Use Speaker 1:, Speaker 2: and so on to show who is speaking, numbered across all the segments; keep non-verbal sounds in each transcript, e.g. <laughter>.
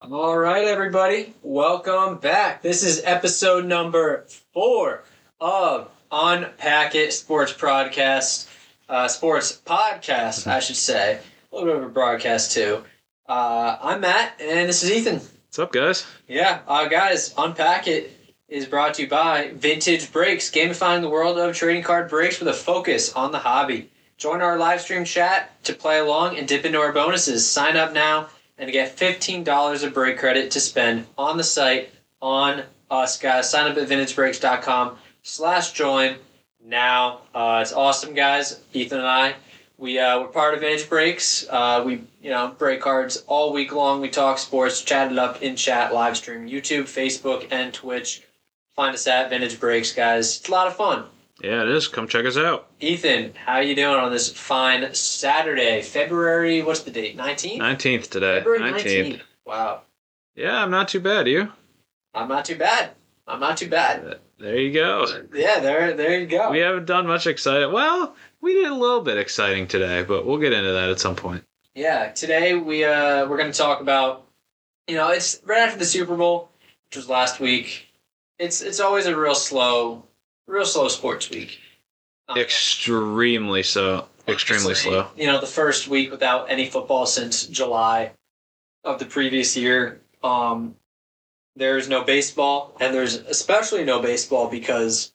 Speaker 1: All right, everybody, welcome back. This is episode number four of On Packet Sports Podcast, uh, Sports Podcast, I should say. A little bit of a broadcast too. Uh, I'm Matt, and this is Ethan.
Speaker 2: What's up, guys?
Speaker 1: Yeah, uh, guys, Unpack It is brought to you by Vintage Breaks, gamifying the world of trading card breaks with a focus on the hobby. Join our live stream chat to play along and dip into our bonuses. Sign up now and get $15 of break credit to spend on the site on us, guys. Sign up at vintagebreaks.com slash join now. Uh, it's awesome, guys. Ethan and I, we, uh, we're part of Vintage Breaks. Uh, we, you know, break cards all week long. We talk sports, chat it up in chat, live stream, YouTube, Facebook, and Twitch. Find us at Vintage Breaks, guys. It's a lot of fun.
Speaker 2: Yeah, it is. Come check us out.
Speaker 1: Ethan, how you doing on this fine Saturday, February? What's the date? Nineteenth.
Speaker 2: 19th today.
Speaker 1: February nineteenth. Wow,
Speaker 2: Yeah, I'm not too bad. You?
Speaker 1: I'm not too bad. I'm not too bad.
Speaker 2: There you go.
Speaker 1: Yeah, there, there you go.
Speaker 2: We haven't done much exciting. Well, we did a little bit exciting today, but we'll get into that at some point.
Speaker 1: Yeah, today we uh we're gonna talk about you know, it's right after the Super Bowl, which was last week. It's it's always a real slow real slow sports week. Um,
Speaker 2: Extremely so. Extremely
Speaker 1: obviously,
Speaker 2: slow.
Speaker 1: You know, the first week without any football since July of the previous year. Um there's no baseball and there's especially no baseball because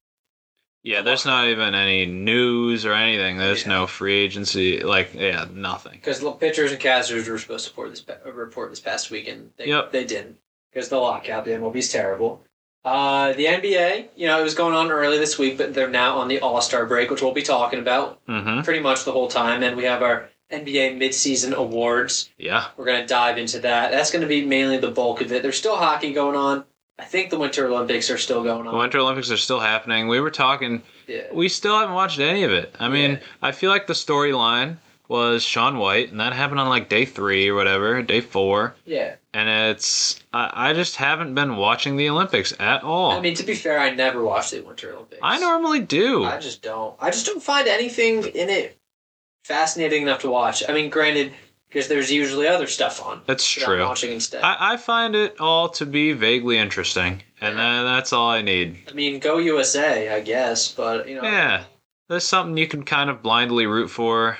Speaker 2: Yeah, there's not even any news or anything. There's
Speaker 1: Yeah.
Speaker 2: no free agency. Like, yeah, nothing.
Speaker 1: because the pitchers and casters were supposed to report this pa- report this past weekend. They,
Speaker 2: Yep.
Speaker 1: they didn't because the lockout. The MLB's terrible. Uh, the NBA, you know, it was going on early this week, but they're now on the All Star break, which we'll be talking about
Speaker 2: Mm-hmm.
Speaker 1: pretty much the whole time. And we have our NBA midseason awards.
Speaker 2: Yeah.
Speaker 1: We're going to dive into that. That's going to be mainly the bulk of it. There's still hockey going on. I think the Winter Olympics are still going
Speaker 2: The
Speaker 1: on.
Speaker 2: Winter Olympics are still happening. We were talking.
Speaker 1: Yeah.
Speaker 2: We still haven't watched any of it. I mean,
Speaker 1: Yeah.
Speaker 2: I feel like the storyline was Sean White, and that happened on like day three or whatever, day four.
Speaker 1: yeah.
Speaker 2: And it's I, I just haven't been watching the Olympics at all.
Speaker 1: I
Speaker 2: I,
Speaker 1: mean, to be fair, I never watched the Winter Olympics.
Speaker 2: normally do.
Speaker 1: I just don't. I just don't find anything in it fascinating enough to watch. I mean, granted, because there's usually other stuff on.
Speaker 2: That's
Speaker 1: that I'm
Speaker 2: true.
Speaker 1: Watching instead. I,
Speaker 2: I, I find it all to be vaguely interesting, and then that's all I need.
Speaker 1: mean, go USA, I guess, but you know.
Speaker 2: Yeah, there's something you can kind of blindly root for.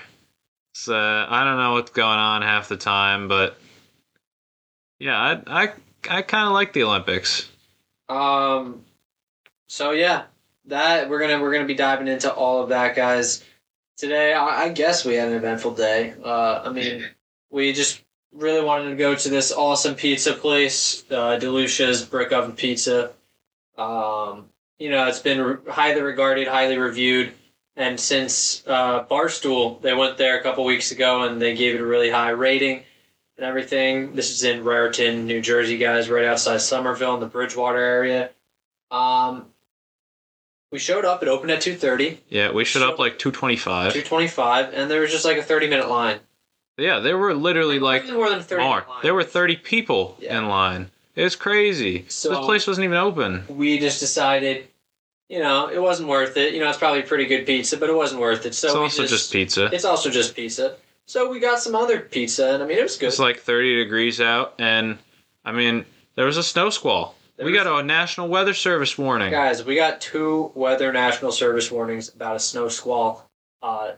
Speaker 2: So I don't know what's going on half the time, but yeah, I I, I kind of like the Olympics.
Speaker 1: Um. So yeah, that we're gonna we're gonna be diving into all of that, guys. Today, I, I guess we had an eventful day. Uh, I mean, we just really wanted to go to this awesome pizza place, uh, Delucia's Brick Oven Pizza. Um, you know, it's been re- highly regarded, highly reviewed, and since uh, Barstool, they went there a couple weeks ago and they gave it a really high rating and everything. This is in Raritan, New Jersey, guys, right outside Somerville in the Bridgewater area. Um, we showed up. It opened at 2.30,
Speaker 2: Yeah, we showed up like 225.
Speaker 1: 2.25, and there was just like a 30-minute line.
Speaker 2: Yeah, there were literally like
Speaker 1: Probably more than 30
Speaker 2: more.
Speaker 1: line.
Speaker 2: There were 30 people
Speaker 1: Yeah.
Speaker 2: in line. It was crazy.
Speaker 1: So-
Speaker 2: this place wasn't even open.
Speaker 1: we just decided, you know, it wasn't worth it. You know, it's probably pretty good pizza, but it wasn't worth it. So
Speaker 2: it's
Speaker 1: we
Speaker 2: also just, pizza.
Speaker 1: it's also just pizza. So we got some other pizza, and I mean, it was good.
Speaker 2: It's like 30 degrees out, and I mean, there was a snow squall.
Speaker 1: There
Speaker 2: we
Speaker 1: was-
Speaker 2: got a National Weather Service warning.
Speaker 1: Guys, we got two Weather National Service warnings about a snow squall. Uh,
Speaker 2: and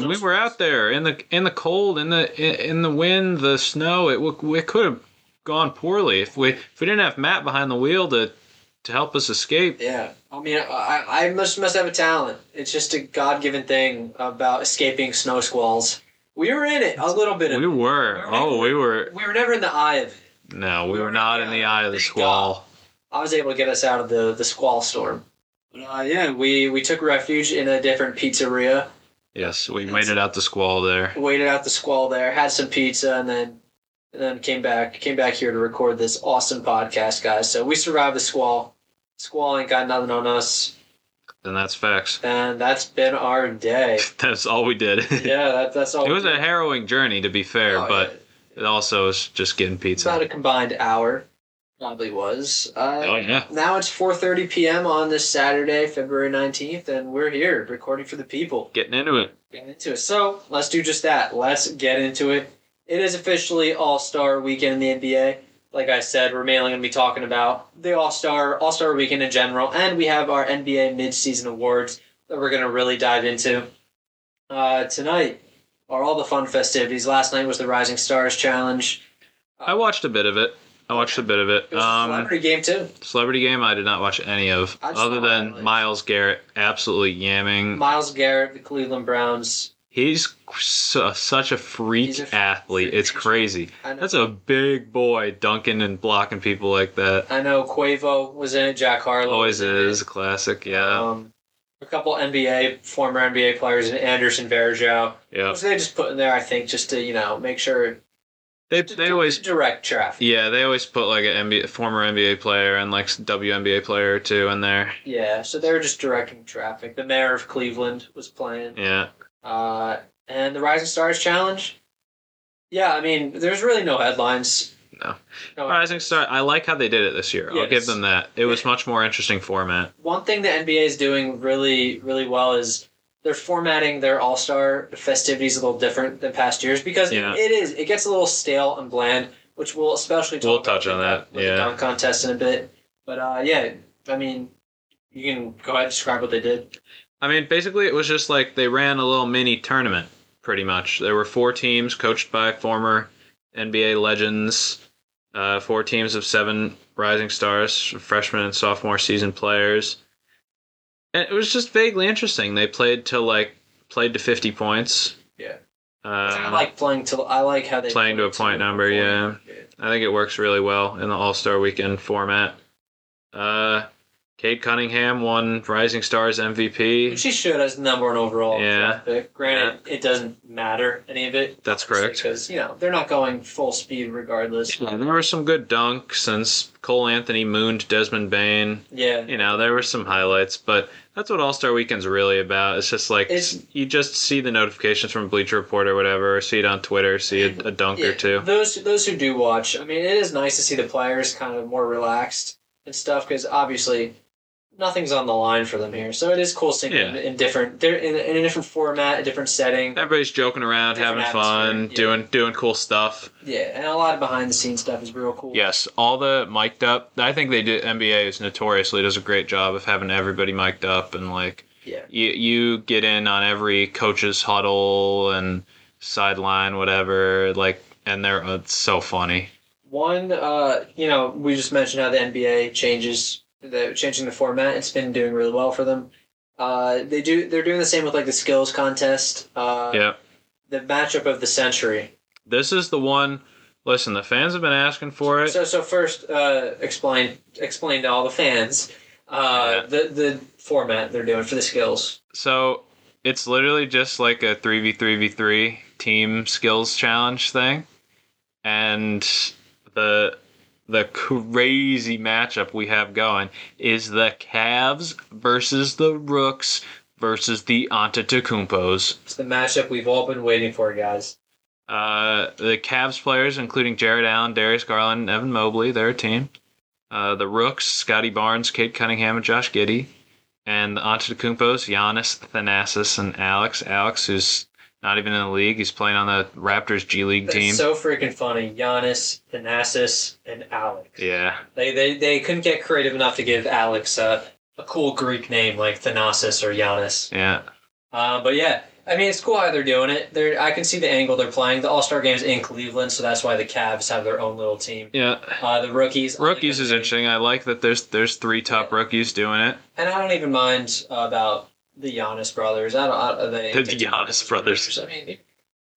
Speaker 1: snow
Speaker 2: we were out there in the in the cold, in the in, in the wind, the snow. It w- it could have gone poorly if we if we didn't have Matt behind the wheel to to help us escape.
Speaker 1: Yeah, I mean, I, I must must have a talent. It's just a God given thing about escaping snow squalls. We were in it a little bit. Of,
Speaker 2: We
Speaker 1: we,
Speaker 2: were. Oh, we were.
Speaker 1: were never in the eye of it.
Speaker 2: No, we were not in the eye of the squall.
Speaker 1: I was able to get us out of the the squall storm. But, uh, yeah, we we took refuge in a different pizzeria,
Speaker 2: Yes, we waited out the squall there.
Speaker 1: waited out the squall there, had some pizza, and then and then came back came back here to record this awesome podcast, guys. So we survived the squall. Squall ain't got nothing on us,
Speaker 2: And that's facts. <laughs>
Speaker 1: and that's been our day.
Speaker 2: That's all we did.
Speaker 1: Yeah, that, that's all.
Speaker 2: <laughs> It was
Speaker 1: we
Speaker 2: a
Speaker 1: did.
Speaker 2: harrowing journey, to be fair,
Speaker 1: Oh,
Speaker 2: but it also is just getting
Speaker 1: It's
Speaker 2: pizza.
Speaker 1: about a combined hour, probably was.
Speaker 2: oh
Speaker 1: Uh,
Speaker 2: yeah,
Speaker 1: Now it's 4:30 p.m. on this Saturday, February 19th, and we're here recording for the people.
Speaker 2: getting into it.
Speaker 1: Getting into it. So let's do just that. Let's get into it. It is officially All Star Weekend in the NBA. like I said, we're mainly going to be talking about the All Star All Star Weekend in general, and we have our NBA midseason awards that we're going to really dive into. Uh, tonight are all the fun festivities. Last night was the Rising Stars Challenge.
Speaker 2: I watched a bit of it. I watched a bit of it.
Speaker 1: It was a
Speaker 2: Um,
Speaker 1: celebrity game too.
Speaker 2: celebrity game, I did not watch any of,
Speaker 1: I just
Speaker 2: other
Speaker 1: saw
Speaker 2: than
Speaker 1: highlights.
Speaker 2: Miles Garrett absolutely yamming.
Speaker 1: Miles Garrett, the Cleveland Browns.
Speaker 2: He's su- such a freak
Speaker 1: He's a freak.
Speaker 2: athlete. It's crazy.
Speaker 1: I know,
Speaker 2: That's a big boy dunking and blocking people like that.
Speaker 1: I know Quavo was in it. Jack Harlow
Speaker 2: Always
Speaker 1: was in it.
Speaker 2: is a classic. Yeah.
Speaker 1: Um, a couple NBA former NBA players, Anderson Varejao,
Speaker 2: Yeah.
Speaker 1: which they just put in there, I think, just to you know make sure
Speaker 2: They
Speaker 1: to-
Speaker 2: they
Speaker 1: to
Speaker 2: always
Speaker 1: direct traffic.
Speaker 2: Yeah, they always put like an NBA, former NBA player and like WNBA player too in there.
Speaker 1: Yeah, so they were just directing traffic. The mayor of Cleveland was playing,
Speaker 2: Yeah,
Speaker 1: uh, and the Rising Stars Challenge. Yeah, I mean, there's really no headlines.
Speaker 2: No.
Speaker 1: No.
Speaker 2: Rising Star. I like how they did it this year. I'll give
Speaker 1: Yes.
Speaker 2: them that. It was much more interesting format.
Speaker 1: One thing the NBA is doing really, really well is they're formatting their All Star festivities a little different than past years because
Speaker 2: Yeah.
Speaker 1: it is it gets a little stale and bland, which we'll especially talk
Speaker 2: We'll
Speaker 1: about
Speaker 2: touch on
Speaker 1: with
Speaker 2: that,
Speaker 1: the- with
Speaker 2: yeah.
Speaker 1: the dunk contest in a bit. But uh, yeah, I mean, you can go ahead and describe what they did.
Speaker 2: I mean, basically, it was just like they ran a little mini tournament, pretty much. There were four teams coached by former NBA legends, uh, four teams of seven rising stars, freshman and sophomore season players. And it was just vaguely interesting. They played to like played to fifty points.
Speaker 1: Yeah. I
Speaker 2: Uh,
Speaker 1: like playing to I like how they
Speaker 2: playing to a point number, yeah. I think it works really well in the All Star Weekend format. Uh, Cade Cunningham won Rising Stars
Speaker 1: Which
Speaker 2: MVP.
Speaker 1: She should as the number one overall.
Speaker 2: Yeah.
Speaker 1: draft pick. Granted, it doesn't matter any of it.
Speaker 2: That's correct.
Speaker 1: Because you know they're not going full speed
Speaker 2: <laughs>
Speaker 1: regardless.
Speaker 2: Yeah, there were some good dunks since Cole Anthony mooned Desmond Bain.
Speaker 1: Yeah.
Speaker 2: You know, there were some highlights, but that's what All Star Weekend's really about. It's just like
Speaker 1: It's-
Speaker 2: you just see the notifications from Bleacher Report or whatever, or see it on Twitter, see a, a dunk or
Speaker 1: Yeah,
Speaker 2: two.
Speaker 1: Those those who do watch, I mean, it is nice to see the players kind of more relaxed and stuff because obviously nothing's on the line for them here. So it is cool seeing them
Speaker 2: Yeah.
Speaker 1: in different, they're in, in a different format, a different setting.
Speaker 2: Everybody's joking around,
Speaker 1: Different
Speaker 2: having fun,
Speaker 1: atmosphere, yeah.
Speaker 2: doing doing cool stuff.
Speaker 1: Yeah, and a lot of behind the scenes stuff is real cool.
Speaker 2: Yes, all the mic'd up. I think they do. NBA is notoriously does a great job of having everybody mic'd up and like
Speaker 1: Yeah.
Speaker 2: you you get in on every coach's huddle and sideline whatever like and they're it's so funny.
Speaker 1: One, uh, you know, we just mentioned how the NBA changes the changing the format. It's been doing really well for them. Uh, they do they're doing the same with like the skills contest. Uh,
Speaker 2: yeah,
Speaker 1: The matchup of the century.
Speaker 2: this is the one. Listen, the fans have been asking for it.
Speaker 1: So so first, uh, explain explain to all the fans uh,
Speaker 2: Yeah.
Speaker 1: the the format they're doing for the skills.
Speaker 2: So it's literally just like a 3v3v3 team skills challenge thing. And the the crazy matchup we have going is the Cavs versus the Rooks versus the Antetokounmpos.
Speaker 1: It's the matchup we've all been waiting for, guys.
Speaker 2: Uh, the Cavs players, including Jared Allen, Darius Garland, and Evan Mobley, their team. Uh, the Rooks, Scotty Barnes, Kate Cunningham, and Josh Giddy. And the Antetokounmpos, Giannis, Thanasis, and Alex. Alex, who's not even in the league, he's playing on the Raptors G League
Speaker 1: That's
Speaker 2: team.
Speaker 1: so freaking funny. Giannis, Thanasis, and Alex.
Speaker 2: yeah,
Speaker 1: They, they they couldn't get creative enough to give Alex a, a cool Greek name like Thanasis or Giannis.
Speaker 2: yeah.
Speaker 1: Uh, but yeah, I mean it's cool how they're doing it. They're, I can see the angle they're playing. The All Star game's in Cleveland, so that's why the Cavs have their own little team.
Speaker 2: Yeah.
Speaker 1: Uh, the rookies.
Speaker 2: Rookies is interesting. I like that there's there's three top rookies doing it.
Speaker 1: And I don't even mind about the Giannis brothers. I don't. I, don't- they,
Speaker 2: The Giannis brothers.
Speaker 1: I mean,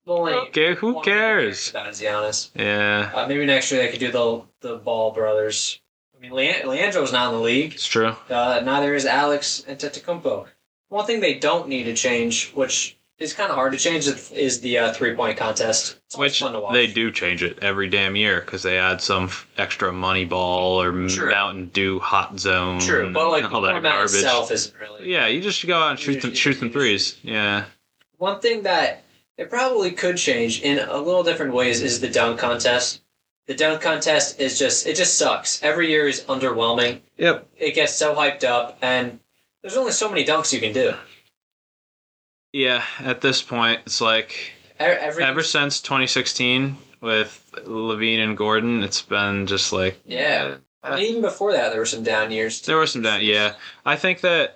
Speaker 1: well, like,
Speaker 2: Okay, who
Speaker 1: one
Speaker 2: cares?
Speaker 1: That is Giannis.
Speaker 2: Yeah,
Speaker 1: Uh, maybe next year they could do the the Ball brothers. I mean, Le- Leandro's not in the league.
Speaker 2: it's true.
Speaker 1: Uh, neither is Alex and Antetokounmpo. One thing they don't need to change, which is kind of hard to change, is- is the uh, three point contest. It's always
Speaker 2: Which
Speaker 1: fun to watch.
Speaker 2: they do change it every damn year because they add some f- extra money ball or
Speaker 1: True.
Speaker 2: Mountain Dew hot zone.
Speaker 1: True, but like
Speaker 2: and
Speaker 1: the format itself isn't really.
Speaker 2: Yeah, you just go out and shoot them,
Speaker 1: just-
Speaker 2: shoot them threes. Yeah,
Speaker 1: One thing that they probably could change in a little different ways is the dunk contest. The dunk contest is just it just sucks. Every year is underwhelming.
Speaker 2: Yep.
Speaker 1: It gets so hyped up, and there's only so many dunks you can do. E-,
Speaker 2: yeah. At this point, it's like
Speaker 1: E- Every
Speaker 2: ever since 2016, with Levine and Gordon, it's been just like
Speaker 1: Yeah. I mean, even before that, there were some down years.
Speaker 2: uh, There were some down. Yeah, I think that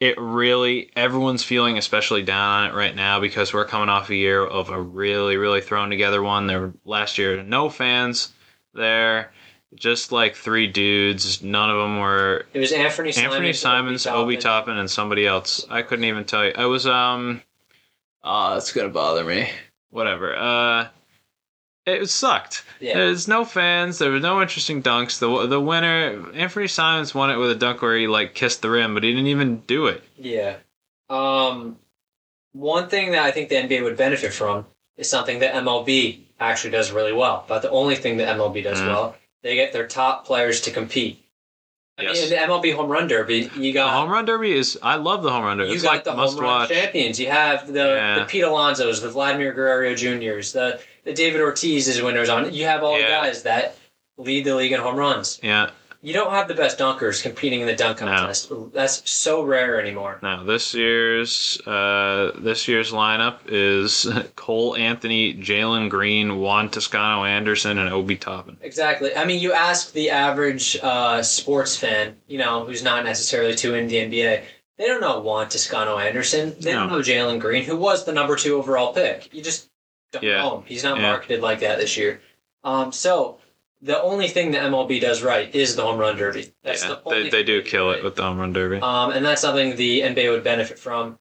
Speaker 2: it really everyone's feeling especially down on it right now because we're coming off a year of a really really thrown together one. There were last year no fans there, just like three dudes. None of them were
Speaker 1: It was Anthony Simons,
Speaker 2: Anthony Simons, Obi Toppin, and somebody else. I couldn't even tell you. I was um, oh, that's gonna bother me. Whatever. Uh, it sucked.
Speaker 1: Yeah.
Speaker 2: There's no fans. There were no interesting dunks. The the winner, Anthony Simons, won it with a dunk where he like kissed the rim, but he didn't even do it.
Speaker 1: Yeah. Um, one thing that I think the NBA would benefit from is something that MLB actually does really well. About the only thing that MLB does
Speaker 2: Mm.
Speaker 1: well, they get their top players to compete. I mean, in
Speaker 2: Yes.
Speaker 1: the MLB Home Run Derby, you
Speaker 2: The
Speaker 1: got
Speaker 2: home run derby is. I love the home run derby.
Speaker 1: you
Speaker 2: it's
Speaker 1: got
Speaker 2: like
Speaker 1: the
Speaker 2: must
Speaker 1: home run
Speaker 2: watch.
Speaker 1: champions. You have the,
Speaker 2: Yeah.
Speaker 1: the Pete Alonsos, the Vladimir Guerrero Juniors, the the David Ortiz's winners on. You have all
Speaker 2: Yeah.
Speaker 1: the guys that lead the league in home runs.
Speaker 2: Yeah.
Speaker 1: You don't have the best dunkers competing in the dunk
Speaker 2: No.
Speaker 1: contest. That's so rare anymore.
Speaker 2: Now this year's uh this year's lineup is <laughs> Cole Anthony, Jalen Green, Juan Toscano Anderson, and Obi Toppin.
Speaker 1: Exactly. I mean, you ask the average uh, sports fan, you know, who's not necessarily too into the NBA. They don't know Juan Toscano Anderson. They don't
Speaker 2: No.
Speaker 1: know Jalen Green, who was the number two overall pick. You just don't
Speaker 2: Yeah.
Speaker 1: know him. He's not
Speaker 2: Yeah.
Speaker 1: marketed like that this year. Um, so the only thing that MLB does right is the home run derby. That's
Speaker 2: yeah,
Speaker 1: the only
Speaker 2: they, they do
Speaker 1: thing
Speaker 2: kill
Speaker 1: right.
Speaker 2: it with the home run derby.
Speaker 1: Um, and that's something the NBA would benefit from.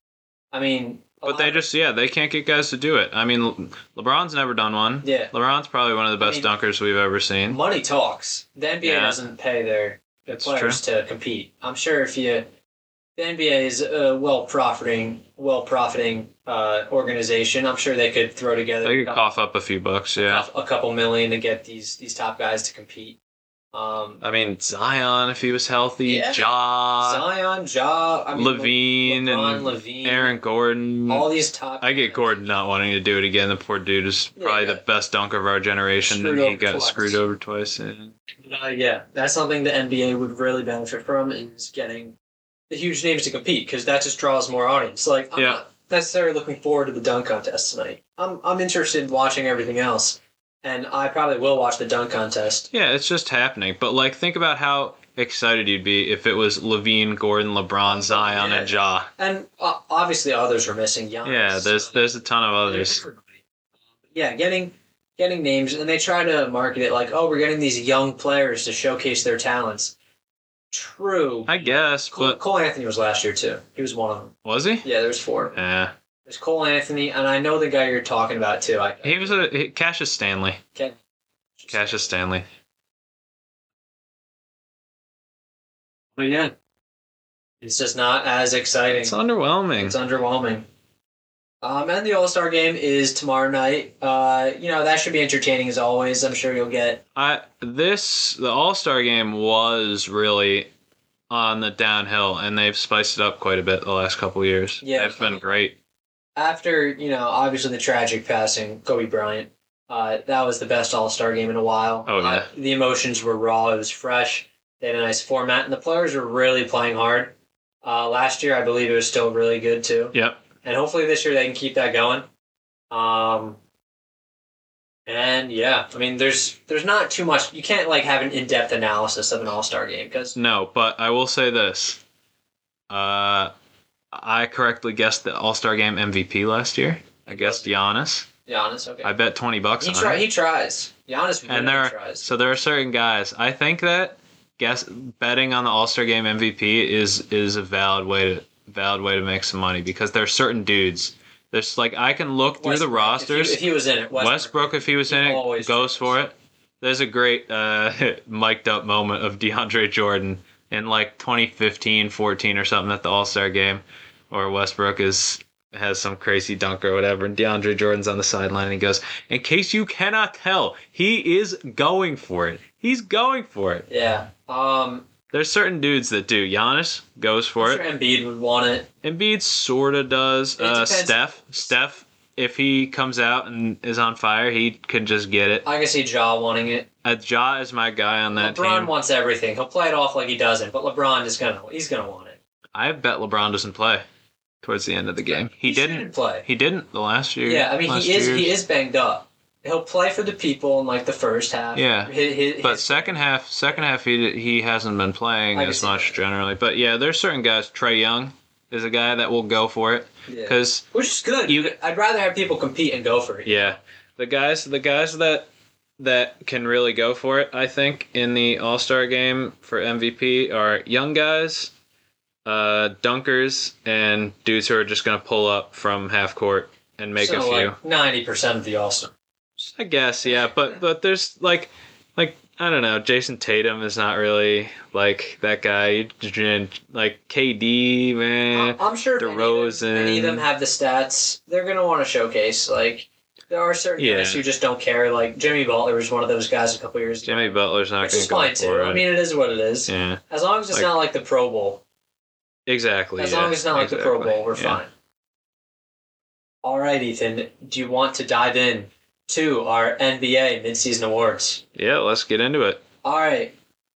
Speaker 1: I mean, a
Speaker 2: but they
Speaker 1: lot-
Speaker 2: just yeah they can't get guys to do it. I mean, Le- LeBron's never done one.
Speaker 1: yeah,
Speaker 2: LeBron's probably one of the
Speaker 1: I
Speaker 2: best
Speaker 1: mean-
Speaker 2: dunkers we've ever seen.
Speaker 1: money talks. The NBA
Speaker 2: Yeah.
Speaker 1: doesn't pay their, their
Speaker 2: That's
Speaker 1: players to compete. I'm sure if you, the NBA is a well profiting, well profiting uh, organization. I'm sure they could throw together
Speaker 2: They
Speaker 1: a,
Speaker 2: could
Speaker 1: couple,
Speaker 2: cough up a few bucks, yeah.
Speaker 1: a couple million to get these these top guys to compete. Um,
Speaker 2: I mean, Zion, if he was healthy,
Speaker 1: Yeah.
Speaker 2: Ja,
Speaker 1: Zion, Ja, I mean,
Speaker 2: Uh, Levine,
Speaker 1: LeBron,
Speaker 2: and
Speaker 1: Levine,
Speaker 2: Aaron Gordon.
Speaker 1: all these top.
Speaker 2: I get Gordon not wanting to do it again. The poor dude is
Speaker 1: Yeah,
Speaker 2: probably
Speaker 1: yeah.
Speaker 2: the best dunker of our generation, and
Speaker 1: Screwed
Speaker 2: he
Speaker 1: over
Speaker 2: got
Speaker 1: twice.
Speaker 2: screwed over twice. yeah.
Speaker 1: Uh, yeah, that's something the NBA would really benefit from is getting the huge names to compete because that just draws more audience. Like, I'm
Speaker 2: Yeah.
Speaker 1: not necessarily looking forward to the dunk contest tonight. I'm I'm interested in watching everything else, and I probably will watch the dunk contest.
Speaker 2: Yeah, it's just happening. But like, think about how excited you'd be if it was Levine, Gordon, LeBron, Zion, and Ja.
Speaker 1: And uh, obviously, others are missing. Giannis.
Speaker 2: Yeah, there's there's a ton of others.
Speaker 1: Yeah, getting getting names, and they try to market it like, oh, we're getting these young players to showcase their talents. True.
Speaker 2: I guess,
Speaker 1: Cole,
Speaker 2: but
Speaker 1: Cole Anthony was last year too. He was one of them.
Speaker 2: was he?
Speaker 1: Yeah, there's four.
Speaker 2: Yeah,
Speaker 1: There's Cole Anthony, and I know the guy you're talking about too. I
Speaker 2: he was a he- Cassius Stanley.
Speaker 1: Ken-
Speaker 2: Cassius Stanley.
Speaker 1: But yeah, it's just not as exciting.
Speaker 2: It's underwhelming.
Speaker 1: It's underwhelming. Um, and the All Star Game is tomorrow night. Uh, you know that should be entertaining as always. I'm sure you'll get.
Speaker 2: I this the All Star game was really on the downhill, and they've spiced it up quite a bit the last couple of years.
Speaker 1: Yeah.
Speaker 2: they've been great.
Speaker 1: After you know, obviously the tragic passing Kobe Bryant. Uh, that was the best All Star Game in a while.
Speaker 2: Oh, yeah.
Speaker 1: Uh, the emotions were raw. It was fresh. They had a nice format, and the players were really playing hard. Uh, last year, I believe it was still really good too.
Speaker 2: Yep.
Speaker 1: and hopefully this year they can keep that going. Um, and yeah, I mean, there's there's not too much. You can't like have an in depth analysis of an All Star game because
Speaker 2: No, but I will say this. Uh, I correctly guessed the All Star game MVP last year. I guessed Giannis.
Speaker 1: Giannis, okay,
Speaker 2: I bet twenty bucks
Speaker 1: he
Speaker 2: on
Speaker 1: try,
Speaker 2: it.
Speaker 1: he tries. Giannis
Speaker 2: And
Speaker 1: really
Speaker 2: there are-
Speaker 1: tries.
Speaker 2: So there are certain guys. I think that guess betting on the All Star Game MVP is is a valid way to valid way to make some money because there are certain dudes. There's like I can look through the
Speaker 1: Westbrook,
Speaker 2: rosters.
Speaker 1: If he, if he was in it,
Speaker 2: Westbrook,
Speaker 1: Westbrook,
Speaker 2: if he was in
Speaker 1: he
Speaker 2: it,
Speaker 1: always
Speaker 2: goes
Speaker 1: does.
Speaker 2: for it. There's a great uh, <laughs> mic'd up moment of DeAndre Jordan in like 2015, 14 or something at the All Star game, or Westbrook is has some crazy dunk or whatever, and DeAndre Jordan's on the sideline and he goes, "In case you cannot tell, he is going for it. He's going for it."
Speaker 1: yeah. Um,
Speaker 2: There's certain dudes that do. Giannis goes for
Speaker 1: I'm
Speaker 2: it.
Speaker 1: sure Embiid would want it.
Speaker 2: Embiid sorta does.
Speaker 1: It
Speaker 2: Uh,
Speaker 1: depends.
Speaker 2: Steph, Steph, if he comes out and is on fire, he could just get it.
Speaker 1: I can see Ja wanting it.
Speaker 2: Uh, Ja is my guy on that
Speaker 1: LeBron
Speaker 2: team.
Speaker 1: wants everything. He'll play it off like he doesn't, but LeBron is gonna he's gonna want it.
Speaker 2: I bet LeBron doesn't play towards the end of the game. He,
Speaker 1: shouldn't
Speaker 2: didn't.
Speaker 1: play.
Speaker 2: He didn't the last year.
Speaker 1: Yeah, I mean
Speaker 2: last
Speaker 1: he is
Speaker 2: year's.
Speaker 1: he is banged up. he'll play for the people in like the first half.
Speaker 2: Yeah.
Speaker 1: His, his,
Speaker 2: But second half, second half, he he hasn't been playing
Speaker 1: I can
Speaker 2: as
Speaker 1: see
Speaker 2: much
Speaker 1: that.
Speaker 2: generally. But yeah, there's certain guys. Trey Young is a guy that will go for it
Speaker 1: yeah.
Speaker 2: because
Speaker 1: which is good.
Speaker 2: you-
Speaker 1: I'd rather have people compete and go for it.
Speaker 2: yeah, the guys the guys that that can really go for it, I think, in the All Star game for MVP are young guys, uh, dunkers, and dudes who are just gonna pull up from half court and make a few.
Speaker 1: Ninety percent of the All Star.
Speaker 2: I guess, yeah, but but there's like, like I don't know. Jason Tatum is not really like that guy. Like KD, man.
Speaker 1: I'm sure many of,
Speaker 2: Eh, DeRozan.
Speaker 1: them, many of them have the stats. They're gonna want to showcase. Like there are certain
Speaker 2: Yeah.
Speaker 1: guys who just don't care. Like Jimmy Butler was one of those guys a couple years ago.
Speaker 2: Jimmy Butler's not
Speaker 1: Which is
Speaker 2: going
Speaker 1: fine
Speaker 2: to
Speaker 1: too.
Speaker 2: go for
Speaker 1: I
Speaker 2: it.
Speaker 1: mean, it is what it is.
Speaker 2: yeah,
Speaker 1: As long as it's
Speaker 2: Like-
Speaker 1: not like the Pro Bowl,
Speaker 2: exactly.
Speaker 1: As
Speaker 2: yeah,
Speaker 1: long as it's not like the Pro
Speaker 2: exactly,
Speaker 1: Bowl, we're
Speaker 2: yeah.
Speaker 1: fine. All right, Ethan. Do you want to dive in to our NBA midseason awards?
Speaker 2: Yeah, let's get into it.
Speaker 1: All right.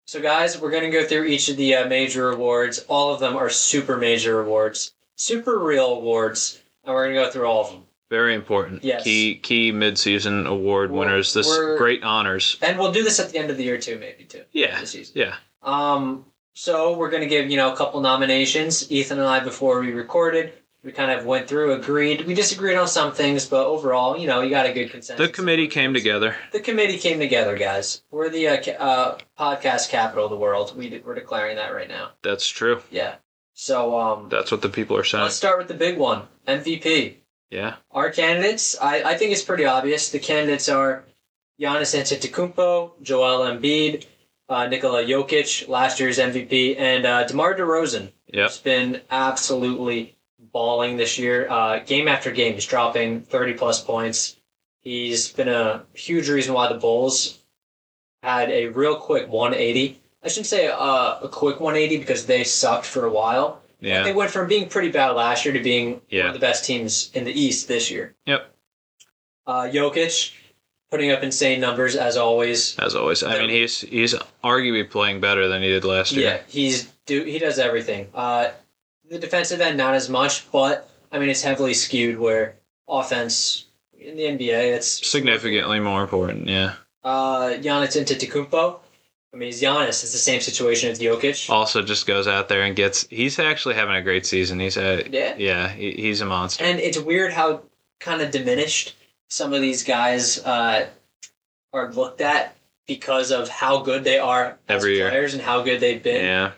Speaker 1: So, guys, we're going to go through each of the uh, major awards. All of them are super major awards, super real awards, and we're going to go through all of them.
Speaker 2: Very important.
Speaker 1: Yes.
Speaker 2: Key key midseason award
Speaker 1: We're-
Speaker 2: winners. This
Speaker 1: we're-
Speaker 2: great honors.
Speaker 1: And we'll do this at the end of the year, too, maybe, too,
Speaker 2: Yeah,
Speaker 1: this season.
Speaker 2: yeah.
Speaker 1: Um, so we're gonna give you know a couple nominations. Ethan and I before we recorded, we kind of went through, agreed. We disagreed on some things, but overall, you know, you got a good consensus.
Speaker 2: The committee came together.
Speaker 1: The committee came together, guys. We're the uh, ca- uh, podcast capital of the world. We did, we're declaring that right now.
Speaker 2: That's true.
Speaker 1: Yeah. So um,
Speaker 2: That's what the people are saying.
Speaker 1: let's start with the big one, MVP.
Speaker 2: Yeah.
Speaker 1: Our candidates, I, I think it's pretty obvious. The candidates are Giannis Antetokounmpo, Joel Embiid, uh, Nikola Jokic, last year's MVP, and uh, DeMar DeRozan.
Speaker 2: Yep.
Speaker 1: He's been absolutely balling this year. Uh, game after game, he's dropping 30 plus points. He's been a huge reason why the Bulls had a real quick 180. I shouldn't say uh, a quick 180 because they sucked for a while. They
Speaker 2: Yeah.
Speaker 1: went from being pretty bad last year to being one
Speaker 2: Yeah.
Speaker 1: of the best teams in the East this year.
Speaker 2: Yep.
Speaker 1: Uh, Jokic putting up insane numbers as always.
Speaker 2: As always. I mean, he's he's arguably playing better than he did last year.
Speaker 1: Yeah, he's do he does everything. Uh, the defensive end not as much, but I mean it's heavily skewed where offense in the NBA it's
Speaker 2: significantly more important. Yeah.
Speaker 1: uh, Giannis Antetokounmpo. I mean, it's Giannis. It's the same situation as Jokic.
Speaker 2: Also, just goes out there and gets. He's actually having a great season. He's a
Speaker 1: Yeah.
Speaker 2: yeah. He, he's a monster.
Speaker 1: And it's weird how kind of diminished some of these guys uh, are looked at because of how good they are as
Speaker 2: Every year.
Speaker 1: players and how good they've been.
Speaker 2: Yeah,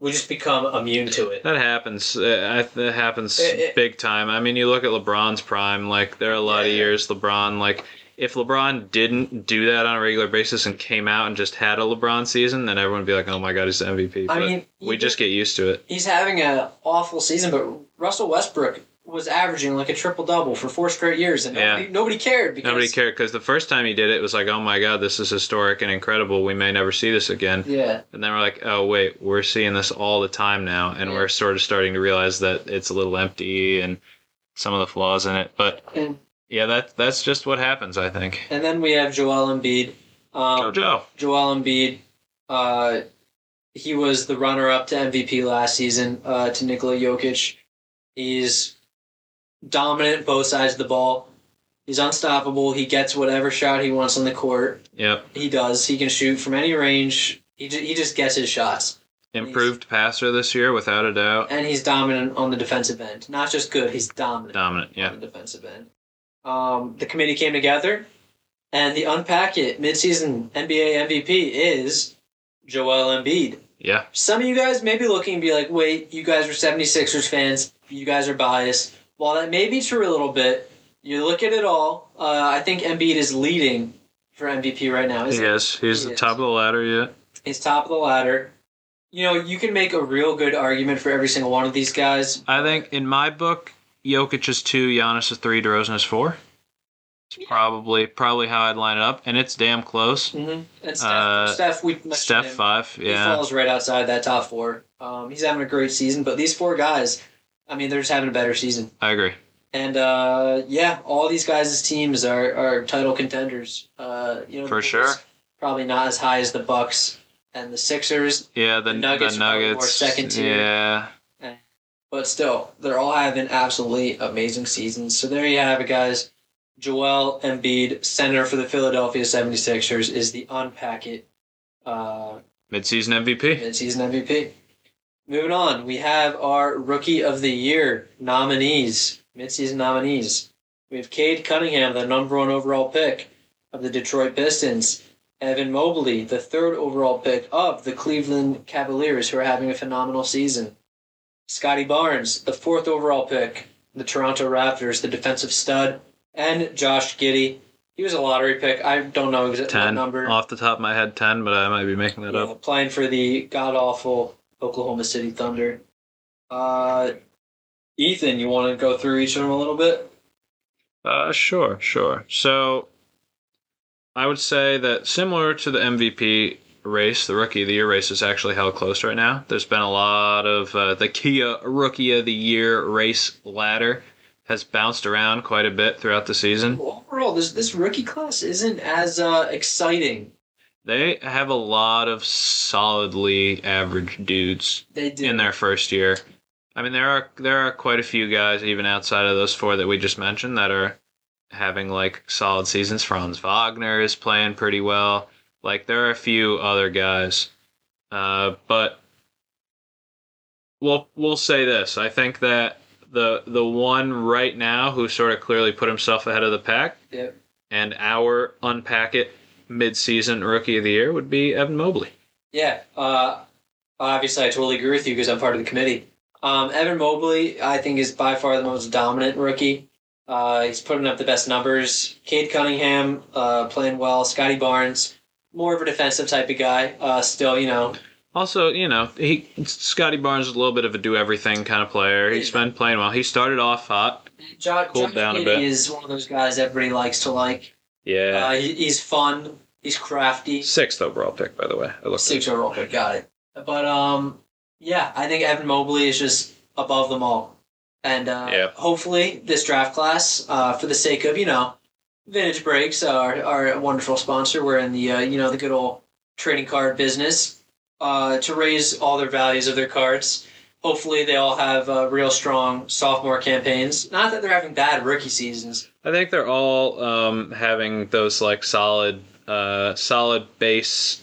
Speaker 1: We just become immune to it.
Speaker 2: that happens. Uh, I, that happens
Speaker 1: It- it-
Speaker 2: big time. I mean, you look at LeBron's prime. Like there are a lot of
Speaker 1: Yeah.
Speaker 2: years LeBron. Like if LeBron didn't do that on a regular basis and came out and just had a LeBron season, then everyone would be like, "Oh my God, he's the MVP."
Speaker 1: I
Speaker 2: But
Speaker 1: mean,
Speaker 2: we
Speaker 1: even-
Speaker 2: just get used to it.
Speaker 1: he's having an awful season, but Russell Westbrook was averaging like a triple double for four straight years, and
Speaker 2: Yeah.
Speaker 1: nobody, nobody cared because
Speaker 2: Nobody cared because the first time he did it, it was like, "Oh my God, this is historic and incredible. We may never see this again."
Speaker 1: Yeah,
Speaker 2: And then we're like, oh wait, we're seeing this all the time now, and
Speaker 1: Yeah.
Speaker 2: we're sort of starting to realize that it's a little empty and some of the flaws in it. But
Speaker 1: and
Speaker 2: yeah, that that's just what happens, I think.
Speaker 1: and then we have Joel Embiid.
Speaker 2: Go
Speaker 1: Um,
Speaker 2: Joe.
Speaker 1: Joel Embiid, uh, he was the runner-up to MVP last season uh, to Nikola Jokic. He's dominant both sides of the ball. He's unstoppable. He gets whatever shot he wants on the court.
Speaker 2: Yep.
Speaker 1: He does. He can shoot from any range. He, ju- he just gets his shots.
Speaker 2: Improved passer this year, without a doubt.
Speaker 1: and he's dominant on the defensive end. Not just good, he's dominant
Speaker 2: Dominant. Yeah.
Speaker 1: on the defensive end. Um, the committee came together, and the unpack it midseason NBA MVP is Joel Embiid.
Speaker 2: Yeah.
Speaker 1: Some of you guys may be looking and be like, wait, you guys are 76ers fans. You guys are biased. While that may be true a little bit, you look at it all, uh, I think Embiid is leading for MVP right now. He's,
Speaker 2: He is. He's
Speaker 1: He
Speaker 2: the
Speaker 1: is.
Speaker 2: top of the ladder yet.
Speaker 1: he's top of the ladder. You know, you can make a real good argument for every single one of these guys.
Speaker 2: I think in my book, Jokic is two, Giannis is three, DeRozan is four. It's probably probably how I'd line it up, and it's damn close.
Speaker 1: hmm And Steph,
Speaker 2: Uh,
Speaker 1: Steph we mentioned
Speaker 2: Steph
Speaker 1: him.
Speaker 2: five.
Speaker 1: He
Speaker 2: Yeah.
Speaker 1: falls right outside that top four. Um, he's having a great season, but these four guys, I mean, they're just having a better season.
Speaker 2: I agree.
Speaker 1: And uh, yeah, all these guys' teams are, are title contenders. Uh, you know, the
Speaker 2: For
Speaker 1: Bulls,
Speaker 2: sure.
Speaker 1: Probably not as high as the Bucks and the Sixers,
Speaker 2: Yeah, the,
Speaker 1: The
Speaker 2: the
Speaker 1: Nuggets
Speaker 2: Nuggets.
Speaker 1: are probably more second tier.
Speaker 2: Yeah,
Speaker 1: but still, they're all having absolutely amazing seasons. So there you have it, guys. Joel Embiid, center for the Philadelphia 76ers, is the unpack it uh,
Speaker 2: Midseason MVP.
Speaker 1: midseason MVP. Moving on, we have our Rookie of the Year nominees, midseason nominees. We have Cade Cunningham, the number one overall pick of the Detroit Pistons. Evan Mobley, the third overall pick of the Cleveland Cavaliers, who are having a phenomenal season. Scotty Barnes, the fourth overall pick, the Toronto Raptors, the defensive stud. And Josh Giddy. He was a lottery pick. I don't know exact what
Speaker 2: Ten
Speaker 1: number.
Speaker 2: off the top of my head, ten, but I might be making that
Speaker 1: Yeah,
Speaker 2: up.
Speaker 1: playing for the god awful Oklahoma City Thunder. Uh, Ethan, you want to go through each of them a little bit?
Speaker 2: Uh, sure, sure. So, I would say that similar to the MVP race, the Rookie of the Year race is actually held close right now. There's been a lot of uh, the Kia Rookie of the Year race ladder has bounced around quite a bit throughout the season.
Speaker 1: Overall, this this rookie class isn't as uh, exciting.
Speaker 2: They have a lot of solidly average dudes
Speaker 1: They do.
Speaker 2: in their first year. I mean, there are there are quite a few guys even outside of those four that we just mentioned that are having like solid seasons. Franz Wagner is playing pretty well. Like there are a few other guys, uh, but we'll we'll say this. I think that the the one right now who sort of clearly put himself ahead of the pack
Speaker 1: Yep.
Speaker 2: and our unpack it midseason rookie of the year would be Evan Mobley.
Speaker 1: Yeah. Uh, obviously, I totally agree with you because I'm part of the committee. Um, Evan Mobley, I think, is by far the most dominant rookie. Uh, he's putting up the best numbers. Cade Cunningham uh, playing well. Scotty Barnes, more of a defensive type of guy. Uh, still, you know,
Speaker 2: Also, you know, he Scotty Barnes is a little bit of a do everything kind of player. He's been playing well. He started off hot.
Speaker 1: Josh,
Speaker 2: Cooled
Speaker 1: Josh
Speaker 2: down a
Speaker 1: Giddey
Speaker 2: bit.
Speaker 1: is one of those guys everybody likes to like.
Speaker 2: Yeah.
Speaker 1: Uh, he, he's fun. He's crafty.
Speaker 2: Sixth overall pick, by the way. I looked
Speaker 1: Six overall pick. Got it. But um, yeah, I think Evan Mobley is just above them all. And uh,
Speaker 2: Yeah.
Speaker 1: hopefully this draft class, uh, for the sake of you know, Vintage Breaks, our our wonderful sponsor, we're in the uh, you know the good old trading card business, uh, to raise all their values of their cards. Hopefully they all have uh, real strong sophomore campaigns. Not that they're having bad rookie seasons.
Speaker 2: I think they're all um, having those like solid, uh, solid base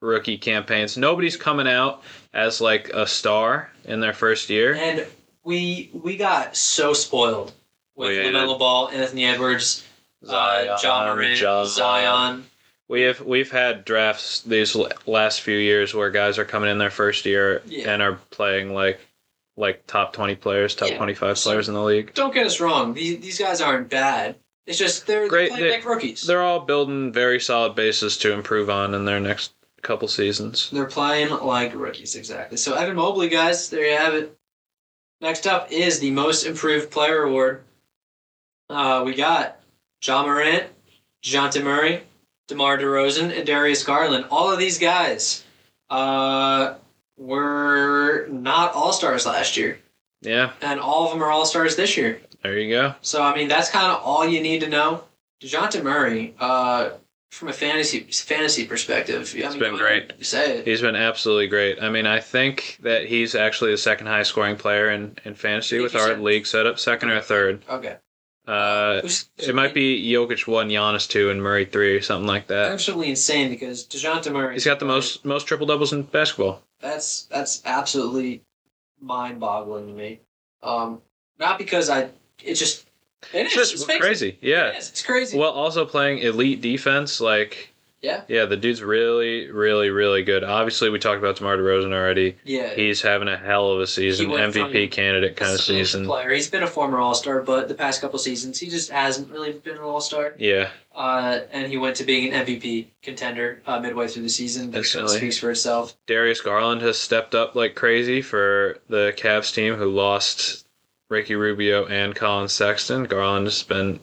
Speaker 2: rookie campaigns. Nobody's coming out as like a star in their first year.
Speaker 1: And we we got so spoiled with
Speaker 2: We did.
Speaker 1: Lamelo Ball, Anthony Edwards, uh, John Morant, Zion.
Speaker 2: We have we've had drafts these l- last few years where guys are coming in their first year
Speaker 1: Yeah.
Speaker 2: and are playing like like top twenty players, top
Speaker 1: Yeah.
Speaker 2: twenty five
Speaker 1: So-
Speaker 2: players in the league.
Speaker 1: Don't get us wrong; these, these guys aren't bad. It's just they're
Speaker 2: Great-
Speaker 1: playing
Speaker 2: they-
Speaker 1: like rookies. They're,
Speaker 2: They're all building very solid bases to improve on in their next couple seasons.
Speaker 1: playing like rookies, exactly. So Evan Mobley, guys, there you have it. Next up is the Most Improved Player award. Uh, we got John Morant, Dejounte Murray, DeMar DeRozan, and Darius Garland. All of these guys uh, were not All Stars last year,
Speaker 2: Yeah,
Speaker 1: and all of them are All Stars this year.
Speaker 2: there you go.
Speaker 1: So I mean, that's kind of all you need to know. Dejounte Murray, uh, from a fantasy fantasy perspective, I mean,
Speaker 2: been
Speaker 1: you
Speaker 2: great.
Speaker 1: Say it.
Speaker 2: He's been absolutely great. I mean, I think that he's actually the second highest scoring player in, in fantasy with our
Speaker 1: Fifty-seven.
Speaker 2: league setup, second or third.
Speaker 1: Okay.
Speaker 2: Uh,
Speaker 1: was-
Speaker 2: it might be Jokic one, Giannis two, and Murray three, or something like that.
Speaker 1: absolutely insane because Dejounte Murray.
Speaker 2: Uh, He's got the most most triple doubles in basketball.
Speaker 1: That's that's absolutely mind boggling to me. Um, not because I. It just. It
Speaker 2: It's
Speaker 1: is,
Speaker 2: just
Speaker 1: fake-
Speaker 2: crazy.
Speaker 1: It
Speaker 2: Yeah.
Speaker 1: is, it's crazy.
Speaker 2: Well, also playing elite defense, like
Speaker 1: Yeah.
Speaker 2: yeah, the dude's really, really, really good. Obviously, we talked about Demar Derozan already.
Speaker 1: yeah.
Speaker 2: He's having a hell of a season,
Speaker 1: He went from
Speaker 2: MVP candidate kind of
Speaker 1: He's a
Speaker 2: season.
Speaker 1: Player. He's been a former All Star, but the past couple seasons, he just hasn't really been an All Star.
Speaker 2: Yeah,
Speaker 1: uh, and he went to being an MVP contender uh, midway through the season. That
Speaker 2: Definitely.
Speaker 1: speaks for itself.
Speaker 2: Darius Garland has stepped up like crazy for the Cavs team, who lost Ricky Rubio and Colin Sexton. Garland has been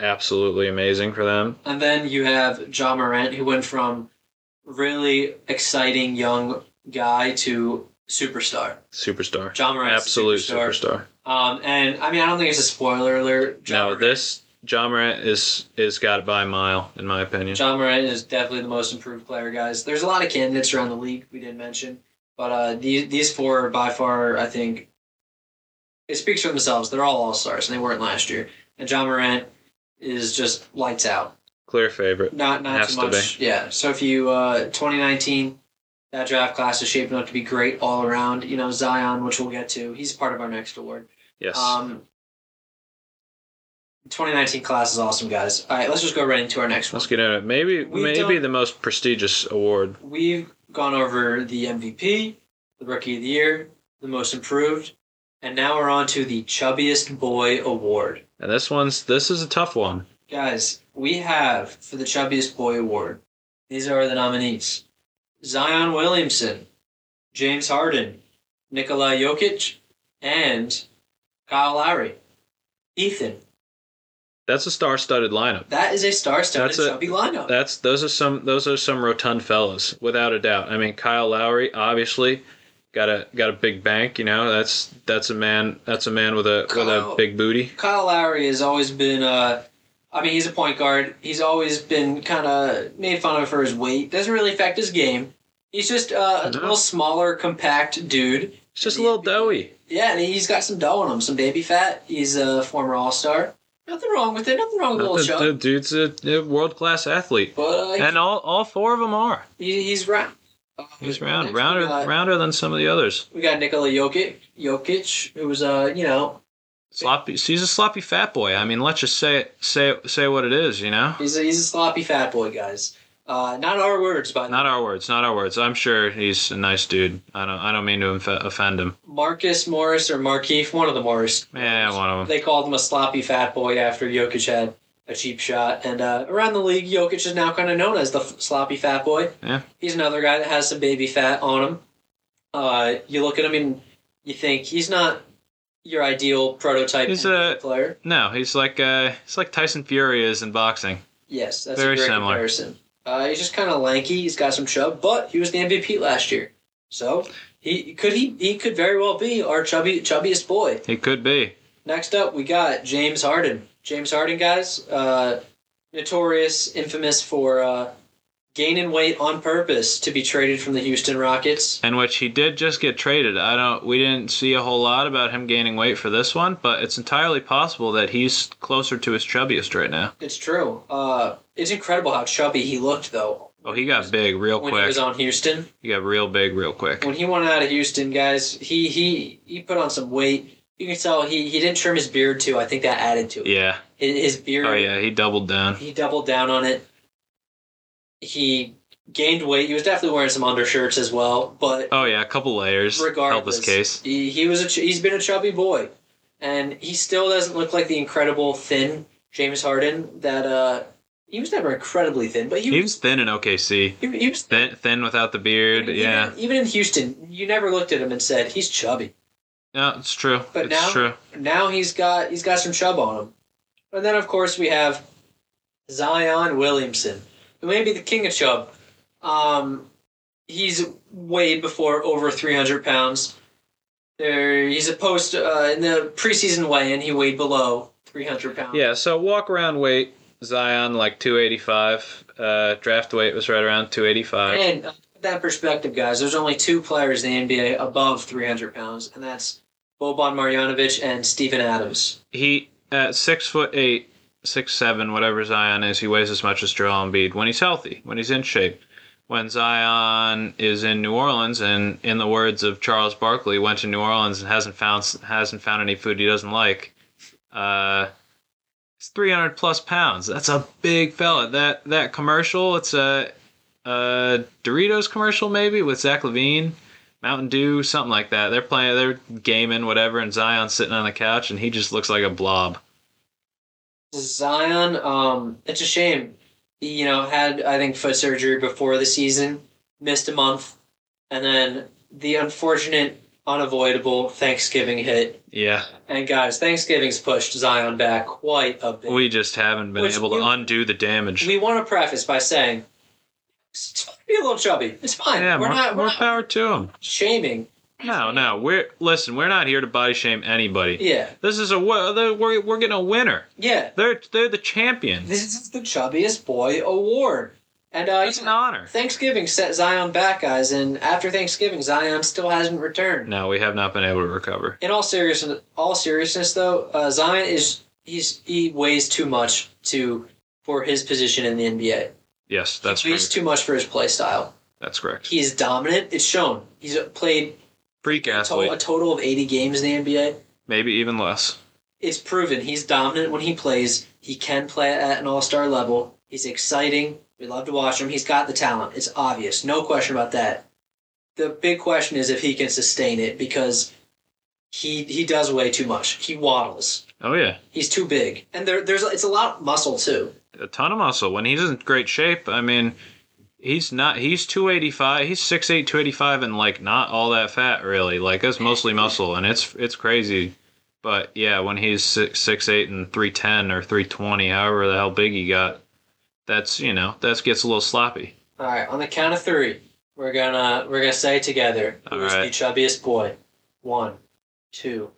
Speaker 2: absolutely amazing for them.
Speaker 1: And then you have John Morant, who went from really exciting young guy to superstar.
Speaker 2: Superstar,
Speaker 1: John Morant,
Speaker 2: absolute
Speaker 1: superstar.
Speaker 2: superstar.
Speaker 1: Um, and I mean, I don't think it's a spoiler alert. John
Speaker 2: No,
Speaker 1: Morant,
Speaker 2: this John Morant is is got it by a mile in my opinion.
Speaker 1: John Morant is definitely the most improved player, guys. There's a lot of candidates around the league we didn't mention, but uh, these these four are by far, I think, it speaks for themselves. They're all all stars, and they weren't last year. And John Morant is just lights out.
Speaker 2: Clear favorite.
Speaker 1: Not not
Speaker 2: Has
Speaker 1: too
Speaker 2: to
Speaker 1: much. Yeah. So if you uh, 2019, that draft class is shaping up to be great all around. You know Zion, which we'll get to. He's part of our next award.
Speaker 2: Yes.
Speaker 1: Um, 2019 class is awesome, guys. All right, let's just go right into our next one.
Speaker 2: Let's get into it. Maybe
Speaker 1: We
Speaker 2: maybe
Speaker 1: don't-
Speaker 2: the most prestigious award.
Speaker 1: We've gone over the MVP, the Rookie of the Year, the Most Improved, and now we're on to the Chubbiest Boy Award.
Speaker 2: And this one's this is a tough one.
Speaker 1: Guys, we have for the Chubbiest Boy Award. These are the nominees Zion Williamson, James Harden, Nikola Jokic, and Kyle Lowry. Ethan,
Speaker 2: That's a star studded lineup.
Speaker 1: that is a star studded
Speaker 2: That's a-
Speaker 1: chubby lineup.
Speaker 2: That's those are some those are some rotund fellas, without a doubt. I mean Kyle Lowry, obviously, got a got a big bank, you know, that's that's a man that's a man with a with
Speaker 1: Kyle.
Speaker 2: a big booty.
Speaker 1: Kyle Lowry has always been, uh, I mean, he's a point guard. He's always been kind of made fun of for his weight. Doesn't really affect his game. He's just uh, a
Speaker 2: No.
Speaker 1: little smaller, compact dude.
Speaker 2: It's just a little doughy.
Speaker 1: Yeah, and he's got some dough on him, some baby fat. He's a former All Star. Nothing wrong with it. Nothing wrong with a little
Speaker 2: The,
Speaker 1: chub.
Speaker 2: dude's a, world class athlete.
Speaker 1: But uh,
Speaker 2: And all, all four of them are.
Speaker 1: he, he's round. Uh,
Speaker 2: He's round,
Speaker 1: next we
Speaker 2: rounder,
Speaker 1: got-
Speaker 2: rounder than some of the others.
Speaker 1: We got Nikola Jokic. Jokic, who was uh, you know,
Speaker 2: Sloppy. He's a sloppy fat boy. I mean, let's just say it, say it- say what it is. You know,
Speaker 1: he's a, he's a sloppy fat boy, guys. Uh, not our words, but
Speaker 2: not our words, not our words. I'm sure he's a nice dude. I don't I don't mean to inf- offend him.
Speaker 1: Marcus Morris or Markeith, one of the Morris.
Speaker 2: Yeah, one of them.
Speaker 1: They called him a sloppy fat boy after Jokic had a cheap shot. And uh, around the league, Jokic is now kind of known as the f- sloppy fat boy.
Speaker 2: Yeah.
Speaker 1: He's another guy that has some baby fat on him. Uh, you look at him and you think he's not your ideal prototype
Speaker 2: He's
Speaker 1: NBA
Speaker 2: a-
Speaker 1: player.
Speaker 2: No, he's like uh, he's like Tyson Fury is in boxing.
Speaker 1: Yes, that's
Speaker 2: very
Speaker 1: a great
Speaker 2: similar.
Speaker 1: comparison. Uh, he's just kind of lanky. He's got some chub, but he was the MVP last year. So he could he he could very well be our chubby chubbiest boy.
Speaker 2: He could be.
Speaker 1: Next up, we got James Harden. James Harden, guys, uh, notorious, infamous for uh, gaining weight on purpose to be traded from the Houston Rockets.
Speaker 2: In which he did just get traded. I don't. We didn't see a whole lot about him gaining weight for this one, but it's entirely possible that he's closer to his chubbiest right now.
Speaker 1: It's true. Uh, it's incredible how chubby he looked, though,
Speaker 2: Oh, he got big real
Speaker 1: when he
Speaker 2: quick.
Speaker 1: was on Houston.
Speaker 2: He got real big real quick.
Speaker 1: When he went out of Houston, guys, he he he put on some weight. You can tell he he didn't trim his beard too. I think that added to it.
Speaker 2: Yeah.
Speaker 1: His, his beard,
Speaker 2: Oh yeah. He doubled down.
Speaker 1: he doubled down on it. He gained weight. He was definitely wearing some undershirts as well, but
Speaker 2: Oh yeah, a couple layers. Help
Speaker 1: regardless,
Speaker 2: his case.
Speaker 1: He, he was a ch- he's been a chubby boy, and he still doesn't look like the incredible thin James Harden that uh he was never incredibly thin, but he,
Speaker 2: He
Speaker 1: was
Speaker 2: was thin in OKC.
Speaker 1: he, he was
Speaker 2: Thin, thin without the beard.
Speaker 1: even,
Speaker 2: Yeah.
Speaker 1: even in Houston, you never looked at him and said he's chubby.
Speaker 2: No, it's true.
Speaker 1: But
Speaker 2: it's
Speaker 1: now-
Speaker 2: true.
Speaker 1: Now he's got he's got some chub on him, and then of course we have Zion Williamson, who may be the king of chub. Um, he's weighed before over 300 pounds. There, he's a post uh, in the preseason weigh-in. He weighed below 300 pounds.
Speaker 2: Yeah. So walk around weight Zion like 285. Uh, draft weight was right around 285.
Speaker 1: And uh, put that perspective, guys, there's only two players in the NBA above 300 pounds, and that's Boban Marjanovic and Steven Adams.
Speaker 2: He at six foot eight, six seven, whatever Zion is, he weighs as much as Joel Embiid when he's healthy, when he's in shape. When Zion is in New Orleans, and in the words of Charles Barkley, went to New Orleans and hasn't found hasn't found any food he doesn't like. Uh, it's 300 plus pounds. That's a big fella. That that commercial, it's a, a Doritos commercial maybe with Zach Levine, Mountain Dew, something like that. They're playing, they're gaming, whatever, and Zion's sitting on the couch and he just looks like a blob.
Speaker 1: Zion, um, it's a shame. He, you know, had I think foot surgery before the season, missed a month, and then the unfortunate, unavoidable Thanksgiving hit.
Speaker 2: Yeah,
Speaker 1: And guys, Thanksgiving's pushed Zion back quite a bit.
Speaker 2: we just haven't been
Speaker 1: Which
Speaker 2: able to
Speaker 1: you-
Speaker 2: undo the damage.
Speaker 1: we want to preface by saying it's fine to be a little chubby. It's fine.
Speaker 2: yeah,
Speaker 1: we're
Speaker 2: more,
Speaker 1: not we're
Speaker 2: more
Speaker 1: not
Speaker 2: power to him.
Speaker 1: shaming.
Speaker 2: No, no, we're listen. We're not here to body shame anybody.
Speaker 1: Yeah,
Speaker 2: This is a wi- they're- we're we're getting a winner.
Speaker 1: yeah.
Speaker 2: They're they're the champions.
Speaker 1: This is the chubbiest boy award, and uh,
Speaker 2: It's an honor.
Speaker 1: Thanksgiving set Zion back, guys, and after Thanksgiving, Zion still hasn't returned.
Speaker 2: No, we have not been able to recover.
Speaker 1: In all serious, all seriousness, though, uh, Zion is he's he weighs too much to for his position in the NBA.
Speaker 2: Yes, that's
Speaker 1: he weighs
Speaker 2: correct.
Speaker 1: too much for his play style.
Speaker 2: That's correct.
Speaker 1: He is dominant. It's shown. He's played
Speaker 2: Freak
Speaker 1: a total, a
Speaker 2: athlete,
Speaker 1: total of 80 games in the NBA.
Speaker 2: maybe even less.
Speaker 1: It's proven he's dominant when he plays. He can play at an all-star level. He's exciting. We love to watch him. He's got the talent. It's obvious. No question about that. The big question is if he can sustain it because he he does weigh too much. He waddles.
Speaker 2: Oh yeah,
Speaker 1: He's too big. And there there's it's a lot of muscle too.
Speaker 2: a ton of muscle. When he's in great shape, I mean, he's not. He's two eighty five. He's 6'8", 285, and like not all that fat really. Like that's mostly muscle, and it's it's crazy. But yeah, when he's six, six eight and three ten or three twenty, however the hell big he got, that's you know that gets a little sloppy.
Speaker 1: All right, on the count of 3, we're going to we're going to say it together
Speaker 2: All
Speaker 1: who's
Speaker 2: right.
Speaker 1: the chubbiest boy. One, two,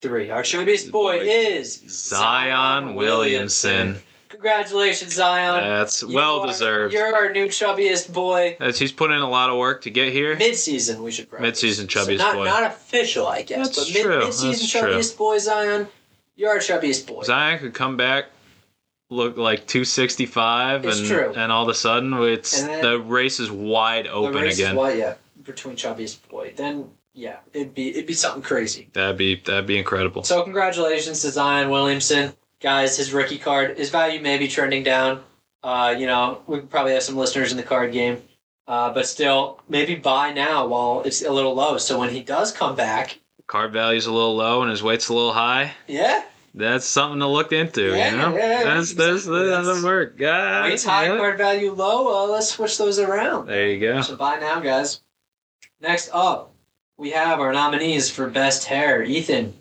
Speaker 1: three. Our chubbiest boy,
Speaker 2: Boy.
Speaker 1: is
Speaker 2: Zion Williamson.
Speaker 1: Congratulations, Zion.
Speaker 2: That's
Speaker 1: You
Speaker 2: well
Speaker 1: are-
Speaker 2: deserved.
Speaker 1: You're our new chubbiest boy.
Speaker 2: As he's put in a lot of work to get here.
Speaker 1: Mid-season, we should probably.
Speaker 2: Mid-season chubbiest
Speaker 1: not,
Speaker 2: boy.
Speaker 1: Not official, I guess.
Speaker 2: That's
Speaker 1: but mid,
Speaker 2: true,
Speaker 1: mid-season
Speaker 2: that's true.
Speaker 1: chubbiest boy, Zion. You're our chubbiest boy.
Speaker 2: Zion could come back, look like 265,
Speaker 1: It's
Speaker 2: and
Speaker 1: true.
Speaker 2: and all of a sudden it's
Speaker 1: And then-
Speaker 2: the race is wide
Speaker 1: the
Speaker 2: open
Speaker 1: race
Speaker 2: again.
Speaker 1: Is why, yeah, between chubbiest boy. Then yeah, it'd be it'd be something crazy.
Speaker 2: That'd be that'd be incredible.
Speaker 1: So congratulations to Zion Williamson, guys. His rookie card, his value may be trending down. Uh, you know, we probably have some listeners in the card game, uh, but still, maybe buy now while it's a little low. So when he does come back,
Speaker 2: Card value's a little low and his weight's a little high.
Speaker 1: yeah,
Speaker 2: That's something to look into.
Speaker 1: Yeah,
Speaker 2: you know,
Speaker 1: yeah,
Speaker 2: that's that's
Speaker 1: exactly.
Speaker 2: that doesn't
Speaker 1: That's-
Speaker 2: work, guys.
Speaker 1: Rates high,
Speaker 2: Yeah.
Speaker 1: card value low. Uh, let's switch those around.
Speaker 2: There you go.
Speaker 1: So buy now, guys. Next up, we have our nominees for best hair. Ethan,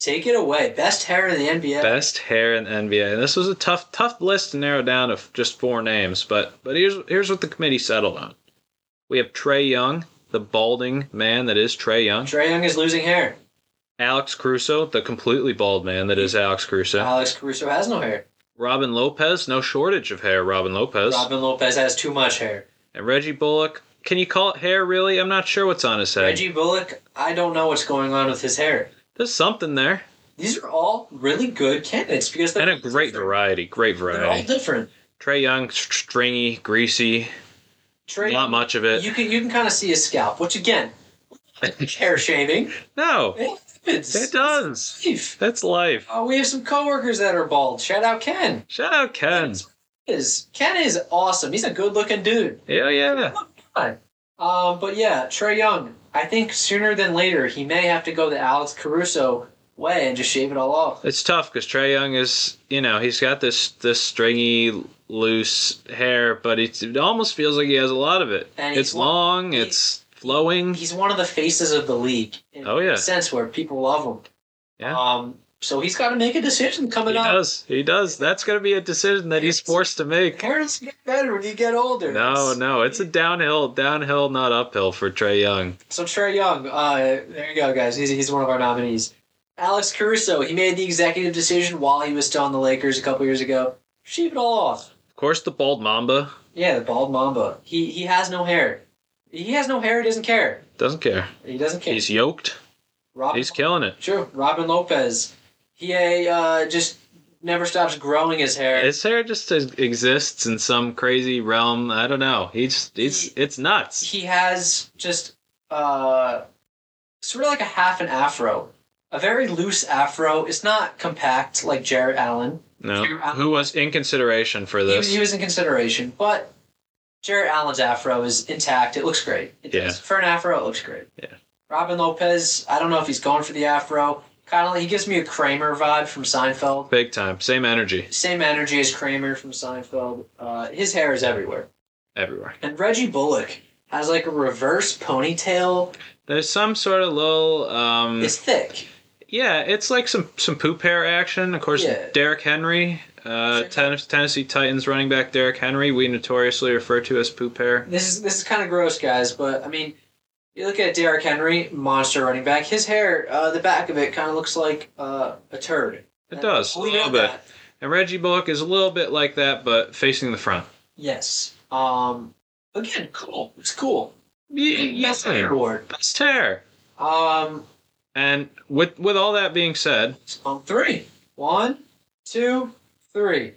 Speaker 1: take it away. Best hair in the NBA.
Speaker 2: Best hair in the NBA. And this was a tough, tough list to narrow down to f- just four names, but but here's here's what the committee settled on. We have Trey Young, the balding man that is Trey Young.
Speaker 1: Trey Young is losing hair.
Speaker 2: Alex Crusoe, the completely bald man that is Alex Crusoe.
Speaker 1: Alex Caruso has no hair.
Speaker 2: Robin Lopez, no shortage of hair, Robin Lopez.
Speaker 1: Robin Lopez has too much hair.
Speaker 2: And Reggie Bullock. Can you call it hair, really? I'm not sure what's on his head.
Speaker 1: Reggie Bullock, I don't know what's going on with his hair.
Speaker 2: There's something there.
Speaker 1: These are all really good candidates because they're
Speaker 2: And a great variety. Great
Speaker 1: They're all
Speaker 2: variety.
Speaker 1: different.
Speaker 2: Trey Young, st- stringy, greasy,
Speaker 1: Trey,
Speaker 2: not much of it.
Speaker 1: you can you can kind of see his scalp, which
Speaker 2: <laughs>
Speaker 1: again, hair shaving.
Speaker 2: no,
Speaker 1: It happens.
Speaker 2: it does.
Speaker 1: Steve.
Speaker 2: That's life.
Speaker 1: Oh, we have some coworkers that are bald. Shout out Ken.
Speaker 2: Shout out Ken.
Speaker 1: He Is Ken is awesome. He's a good-looking dude.
Speaker 2: Yeah, yeah.
Speaker 1: Fine. Um, but yeah, Trey Young. I think sooner than later he may have to go the Alex Caruso way and just shave it all off.
Speaker 2: It's tough because Trey Young is, you know, he's got this this stringy, loose hair, but it's, it almost feels like he has a lot of it.
Speaker 1: And he's
Speaker 2: it's
Speaker 1: one-
Speaker 2: long,
Speaker 1: he-
Speaker 2: it's flowing.
Speaker 1: He's one of the faces of the league. In
Speaker 2: Oh, yeah.
Speaker 1: a sense where people love him.
Speaker 2: Yeah.
Speaker 1: Um, so he's got to make a decision coming
Speaker 2: He
Speaker 1: up.
Speaker 2: does. He does. That's going to be a decision that he's forced to make.
Speaker 1: Parents get better when you get older.
Speaker 2: No, no, it's a downhill, downhill, not uphill for Trey Young.
Speaker 1: So Trey Young, uh, there you go, guys. He's, he's one of our nominees. Alex Caruso, he made the executive decision while he was still on the Lakers a couple years ago. Shave it all off.
Speaker 2: Of course, the bald mamba
Speaker 1: Yeah, the bald Mamba. He he has no hair. He has no hair. He doesn't care.
Speaker 2: doesn't care.
Speaker 1: He doesn't care.
Speaker 2: He's yoked.
Speaker 1: Robin,
Speaker 2: He's killing it.
Speaker 1: sure. Robin Lopez. He uh, just never stops growing his hair.
Speaker 2: His hair just is- exists in some crazy realm. I don't know. He's it's it's nuts.
Speaker 1: he has just uh, sort of like a half an afro, a very loose afro. It's not compact like Jarrett Allen.
Speaker 2: No, who was in consideration for
Speaker 1: He was,
Speaker 2: this?
Speaker 1: he was in consideration, but Jared Allen's afro is intact. It looks great. It
Speaker 2: Yeah.
Speaker 1: does. For an afro, it looks great.
Speaker 2: Yeah.
Speaker 1: Robin Lopez, I don't know if he's going for the afro. Kind of, he gives me a Kramer vibe from Seinfeld.
Speaker 2: Big time. Same energy
Speaker 1: Same energy as Kramer from Seinfeld. Uh, his hair is everywhere.
Speaker 2: everywhere.
Speaker 1: And Reggie Bullock has like a reverse ponytail.
Speaker 2: There's some sort of little um
Speaker 1: It's thick.
Speaker 2: Yeah, it's like some some poop hair action. Of course,
Speaker 1: Yeah.
Speaker 2: Derrick Henry, uh,
Speaker 1: Sure.
Speaker 2: Ten- Tennessee Titans running back Derrick Henry, we notoriously refer to as poop hair.
Speaker 1: This is this is kind of gross, guys. But I mean, you look at Derrick Henry, monster running back. His hair, uh, the back of it, kind of looks like uh, a turd.
Speaker 2: It does a
Speaker 1: We
Speaker 2: little
Speaker 1: know
Speaker 2: bit.
Speaker 1: that.
Speaker 2: And Reggie Bullock is a little bit like that, but facing the front.
Speaker 1: Yes. Um. Again, cool. It's cool.
Speaker 2: Yes,
Speaker 1: Award.
Speaker 2: best hair.
Speaker 1: Um.
Speaker 2: And with with all that being said,
Speaker 1: On three. One, two, three.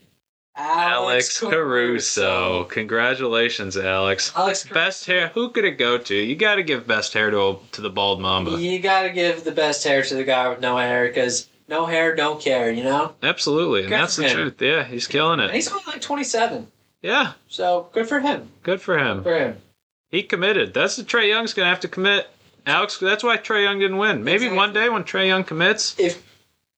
Speaker 2: Alex Caruso. Congratulations, Alex.
Speaker 1: Alex Caruso.
Speaker 2: Best hair. Who could it go to? You got to give best hair to to the bald mamba.
Speaker 1: You gotta give the best hair to the guy with no hair, because no hair, don't care, you know?
Speaker 2: Absolutely, and
Speaker 1: Good
Speaker 2: that's
Speaker 1: for
Speaker 2: the
Speaker 1: him.
Speaker 2: truth. Yeah, he's killing
Speaker 1: And
Speaker 2: it.
Speaker 1: he's only like 27,
Speaker 2: Yeah,
Speaker 1: so good for him.
Speaker 2: good for
Speaker 1: Good
Speaker 2: him.
Speaker 1: for him.
Speaker 2: He committed. That's the Trey Young's gonna have to commit. Alex, that's why Trey Young didn't win. Maybe
Speaker 1: Exactly.
Speaker 2: one day when Trey Young commits,
Speaker 1: If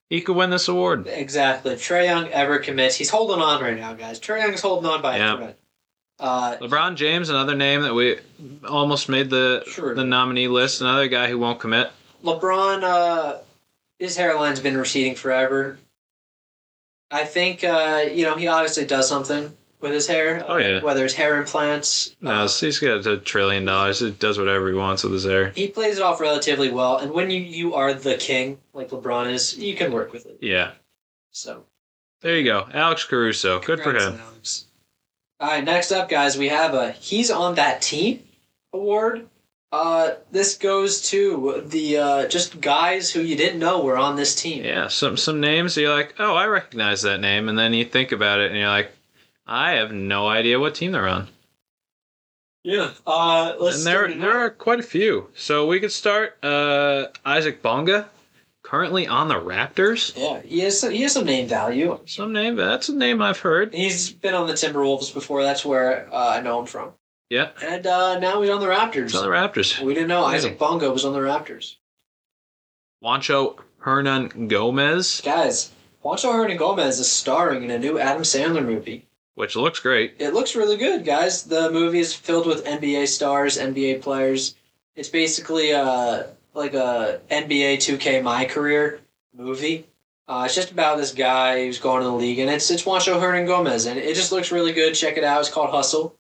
Speaker 2: he could win this award.
Speaker 1: exactly Trey Young ever commits, he's holding on right now, guys. Trey Young's holding on by
Speaker 2: Yeah.
Speaker 1: a thread. Uh,
Speaker 2: LeBron James, another name that we almost made the
Speaker 1: Sure. Uh-huh.
Speaker 2: the nominee list. Another guy who won't commit.
Speaker 1: LeBron, uh, his hairline's been receding forever. I think uh, you know he obviously does something with his hair.
Speaker 2: Oh, yeah.
Speaker 1: Whether it's hair implants.
Speaker 2: No,
Speaker 1: uh,
Speaker 2: he's got a trillion dollars. He does whatever he wants with his hair.
Speaker 1: he plays it off relatively well, and when you you are the king like LeBron is, you can work with it.
Speaker 2: Yeah,
Speaker 1: So
Speaker 2: there you go. Alex Caruso. Good for
Speaker 1: congrats,
Speaker 2: him.
Speaker 1: Alex. All right, next up, guys, we have a he's on that team award. Uh, this goes to the uh, just guys who you didn't know were on this team.
Speaker 2: Yeah, some some names you're like, oh, I recognize that name, and then you think about it and you're like, I have no idea what team they're on.
Speaker 1: Yeah. Uh, let's
Speaker 2: and there
Speaker 1: start it
Speaker 2: there
Speaker 1: off.
Speaker 2: are quite a few. So we could start uh, Isaac Bonga, currently on the Raptors.
Speaker 1: Yeah, he has some, he has some name value.
Speaker 2: Some name that's a name I've heard.
Speaker 1: He's been on the Timberwolves before. That's where uh, I know him from.
Speaker 2: Yeah,
Speaker 1: And uh, now he's on the Raptors.
Speaker 2: it's on the Raptors.
Speaker 1: we didn't know
Speaker 2: Yeah.
Speaker 1: Isaac Bongo was on the Raptors.
Speaker 2: Juancho Hernan Gomez,
Speaker 1: Guys, Juancho Hernan Gomez is starring in a new Adam Sandler movie.
Speaker 2: which looks great.
Speaker 1: It looks really good, guys. The movie is filled with NBA stars, NBA players. It's basically uh, like a NBA 2K My Career movie. Uh, it's just about this guy who's going to the league, and it's it's Juancho Hernan Gomez, and it just looks really good. Check it out. It's called Hustle.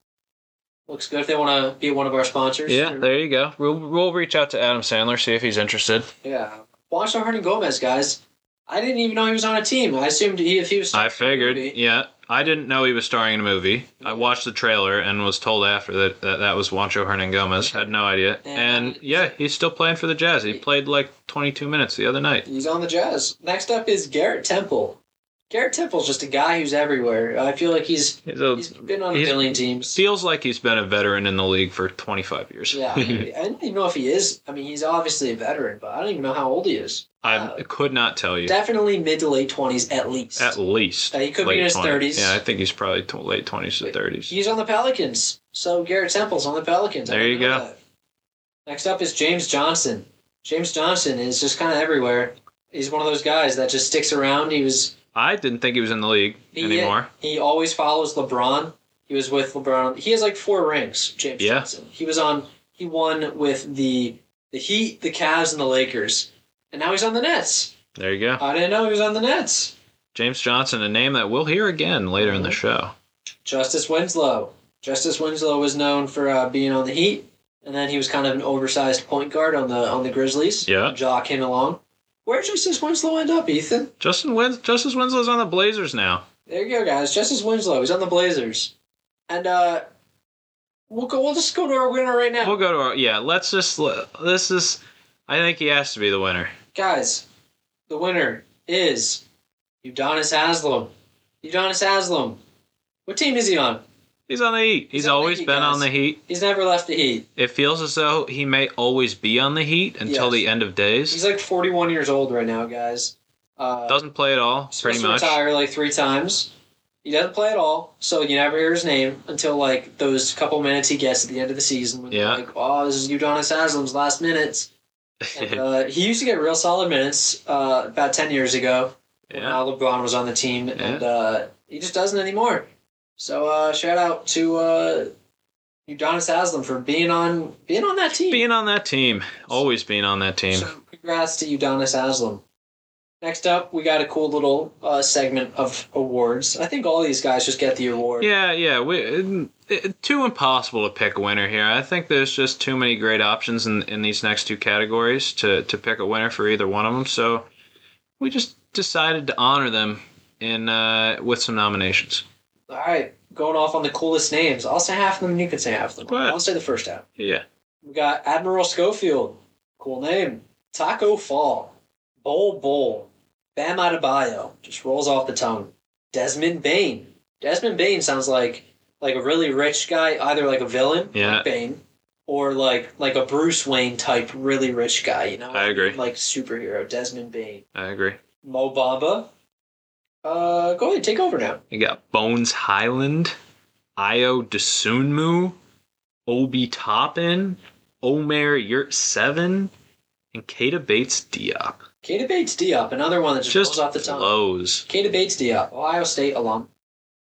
Speaker 1: Looks good if they want to be one of our sponsors.
Speaker 2: Yeah, there you go. We'll we'll reach out to Adam Sandler see if he's interested.
Speaker 1: yeah. Juancho Hernan Gomez, guys. I didn't even know he was on a team. I assumed he, if he was
Speaker 2: I figured.
Speaker 1: Maybe.
Speaker 2: Yeah, I didn't know he was starring in a movie. I watched the trailer and was told after that that, that was Juancho Hernan Gomez. Had no idea.
Speaker 1: And-
Speaker 2: And yeah, he's still playing for the Jazz. He played like 22 minutes the other night.
Speaker 1: He's on the Jazz. Next up is Garrett Temple. Garrett Temple's just a guy who's everywhere. I feel like he's
Speaker 2: He's a,
Speaker 1: he's been on a
Speaker 2: He's-
Speaker 1: billion teams.
Speaker 2: feels like he's been a veteran in the league for 25 years.
Speaker 1: Yeah, I don't even know if he is. I mean, he's obviously a veteran, but I don't even know how old he is.
Speaker 2: <laughs> I
Speaker 1: Uh,
Speaker 2: could not tell you.
Speaker 1: Definitely mid to late twenties at least.
Speaker 2: At least.
Speaker 1: Uh, he could be
Speaker 2: late
Speaker 1: in his
Speaker 2: 20s.
Speaker 1: 30s.
Speaker 2: Yeah, I think he's probably t- late 20s to 30s.
Speaker 1: He's on the Pelicans, so Garrett Temple's on the Pelicans. I
Speaker 2: There
Speaker 1: didn't
Speaker 2: you
Speaker 1: know
Speaker 2: go.
Speaker 1: that. Next up is James Johnson. James Johnson is just kind of everywhere. He's one of those guys that just sticks around. He was
Speaker 2: I didn't think he was in the league
Speaker 1: He- uh,
Speaker 2: anymore.
Speaker 1: He always follows LeBron. He was with LeBron. He has like four rings, James
Speaker 2: Yeah.
Speaker 1: Johnson. He was on he won with the the Heat, the Cavs, and the Lakers. And now he's on the Nets.
Speaker 2: There you go.
Speaker 1: I didn't know he was on the Nets.
Speaker 2: James Johnson, a name that we'll hear again later in the
Speaker 1: Uh-huh.
Speaker 2: show.
Speaker 1: Justice Winslow. Justice Winslow was known for uh, being on the Heat, and then he was kind of an oversized point guard on the on the Grizzlies.
Speaker 2: Yeah.
Speaker 1: Jaw came along. Where did Justice Winslow end up, Ethan?
Speaker 2: Justin Wins- Justice Winslow's on the Blazers now.
Speaker 1: There you go, guys. Justice Winslow. He's on the Blazers. And uh, we'll go. We'll just go to our winner right now.
Speaker 2: <laughs> We'll go to our yeah. Let's just l- this is. I think he has to be the winner.
Speaker 1: guys, the winner is Udonis Haslam. Udonis Haslam. What team is he on?
Speaker 2: He's on the Heat. He's,
Speaker 1: He's on the
Speaker 2: always
Speaker 1: Heat,
Speaker 2: been
Speaker 1: guys.
Speaker 2: on the Heat.
Speaker 1: He's never left the Heat.
Speaker 2: It feels as though he may always be on the Heat until
Speaker 1: Yes.
Speaker 2: the end of days.
Speaker 1: He's like 41 years old right now, guys. Uh,
Speaker 2: Doesn't play at all,
Speaker 1: he's
Speaker 2: pretty
Speaker 1: supposed to
Speaker 2: much.
Speaker 1: retire like three times. He doesn't play at all, so you never hear his name until like those couple minutes he gets at the end of the season. When
Speaker 2: Yeah.
Speaker 1: you're Like, oh, this is Udonis Haslam's last
Speaker 2: <laughs>
Speaker 1: minutes. And, uh, he used to get real solid minutes uh, about 10 years ago. when
Speaker 2: yeah.
Speaker 1: uh, LeBron was on the team, and uh, he just doesn't anymore. So uh, shout out to uh, Udonis Haslam for being on being on that team.
Speaker 2: Being on that team, always being on that team.
Speaker 1: So congrats to Udonis Haslam. Next up, we got a cool little uh, segment of awards. I think all these guys just get the award.
Speaker 2: Yeah, yeah. We, it, it, too impossible to pick a winner here. I think there's just too many great options in, in these next two categories to, to pick a winner for either one of them. So we just decided to honor them in uh, with some nominations.
Speaker 1: All right, going off on the coolest names. I'll say half of them, and you can say half of them.
Speaker 2: Go ahead.
Speaker 1: I'll say the first half.
Speaker 2: Yeah.
Speaker 1: We got Admiral Schofield, cool name. Taco Fall, Bowl Bowl, Bam Adebayo just rolls off the tongue. Desmond Bain. Desmond Bain sounds like like a really rich guy, either like a villain,
Speaker 2: Yeah.
Speaker 1: like Bane, or like like a Bruce Wayne type, really rich guy. You know,
Speaker 2: I agree.
Speaker 1: like superhero Desmond Bain.
Speaker 2: I agree.
Speaker 1: Mo Bamba. Uh, go ahead, take over now.
Speaker 2: You got Bones Highland, Io Desunmu, Obi Toppin, Omer Yurt Seven, and Kata Bates Diop.
Speaker 1: Kata Bates Diop, another one that just,
Speaker 2: Just
Speaker 1: rolls off the tongue.
Speaker 2: blows.
Speaker 1: Kata Bates Diop, uh, Ohio State alum.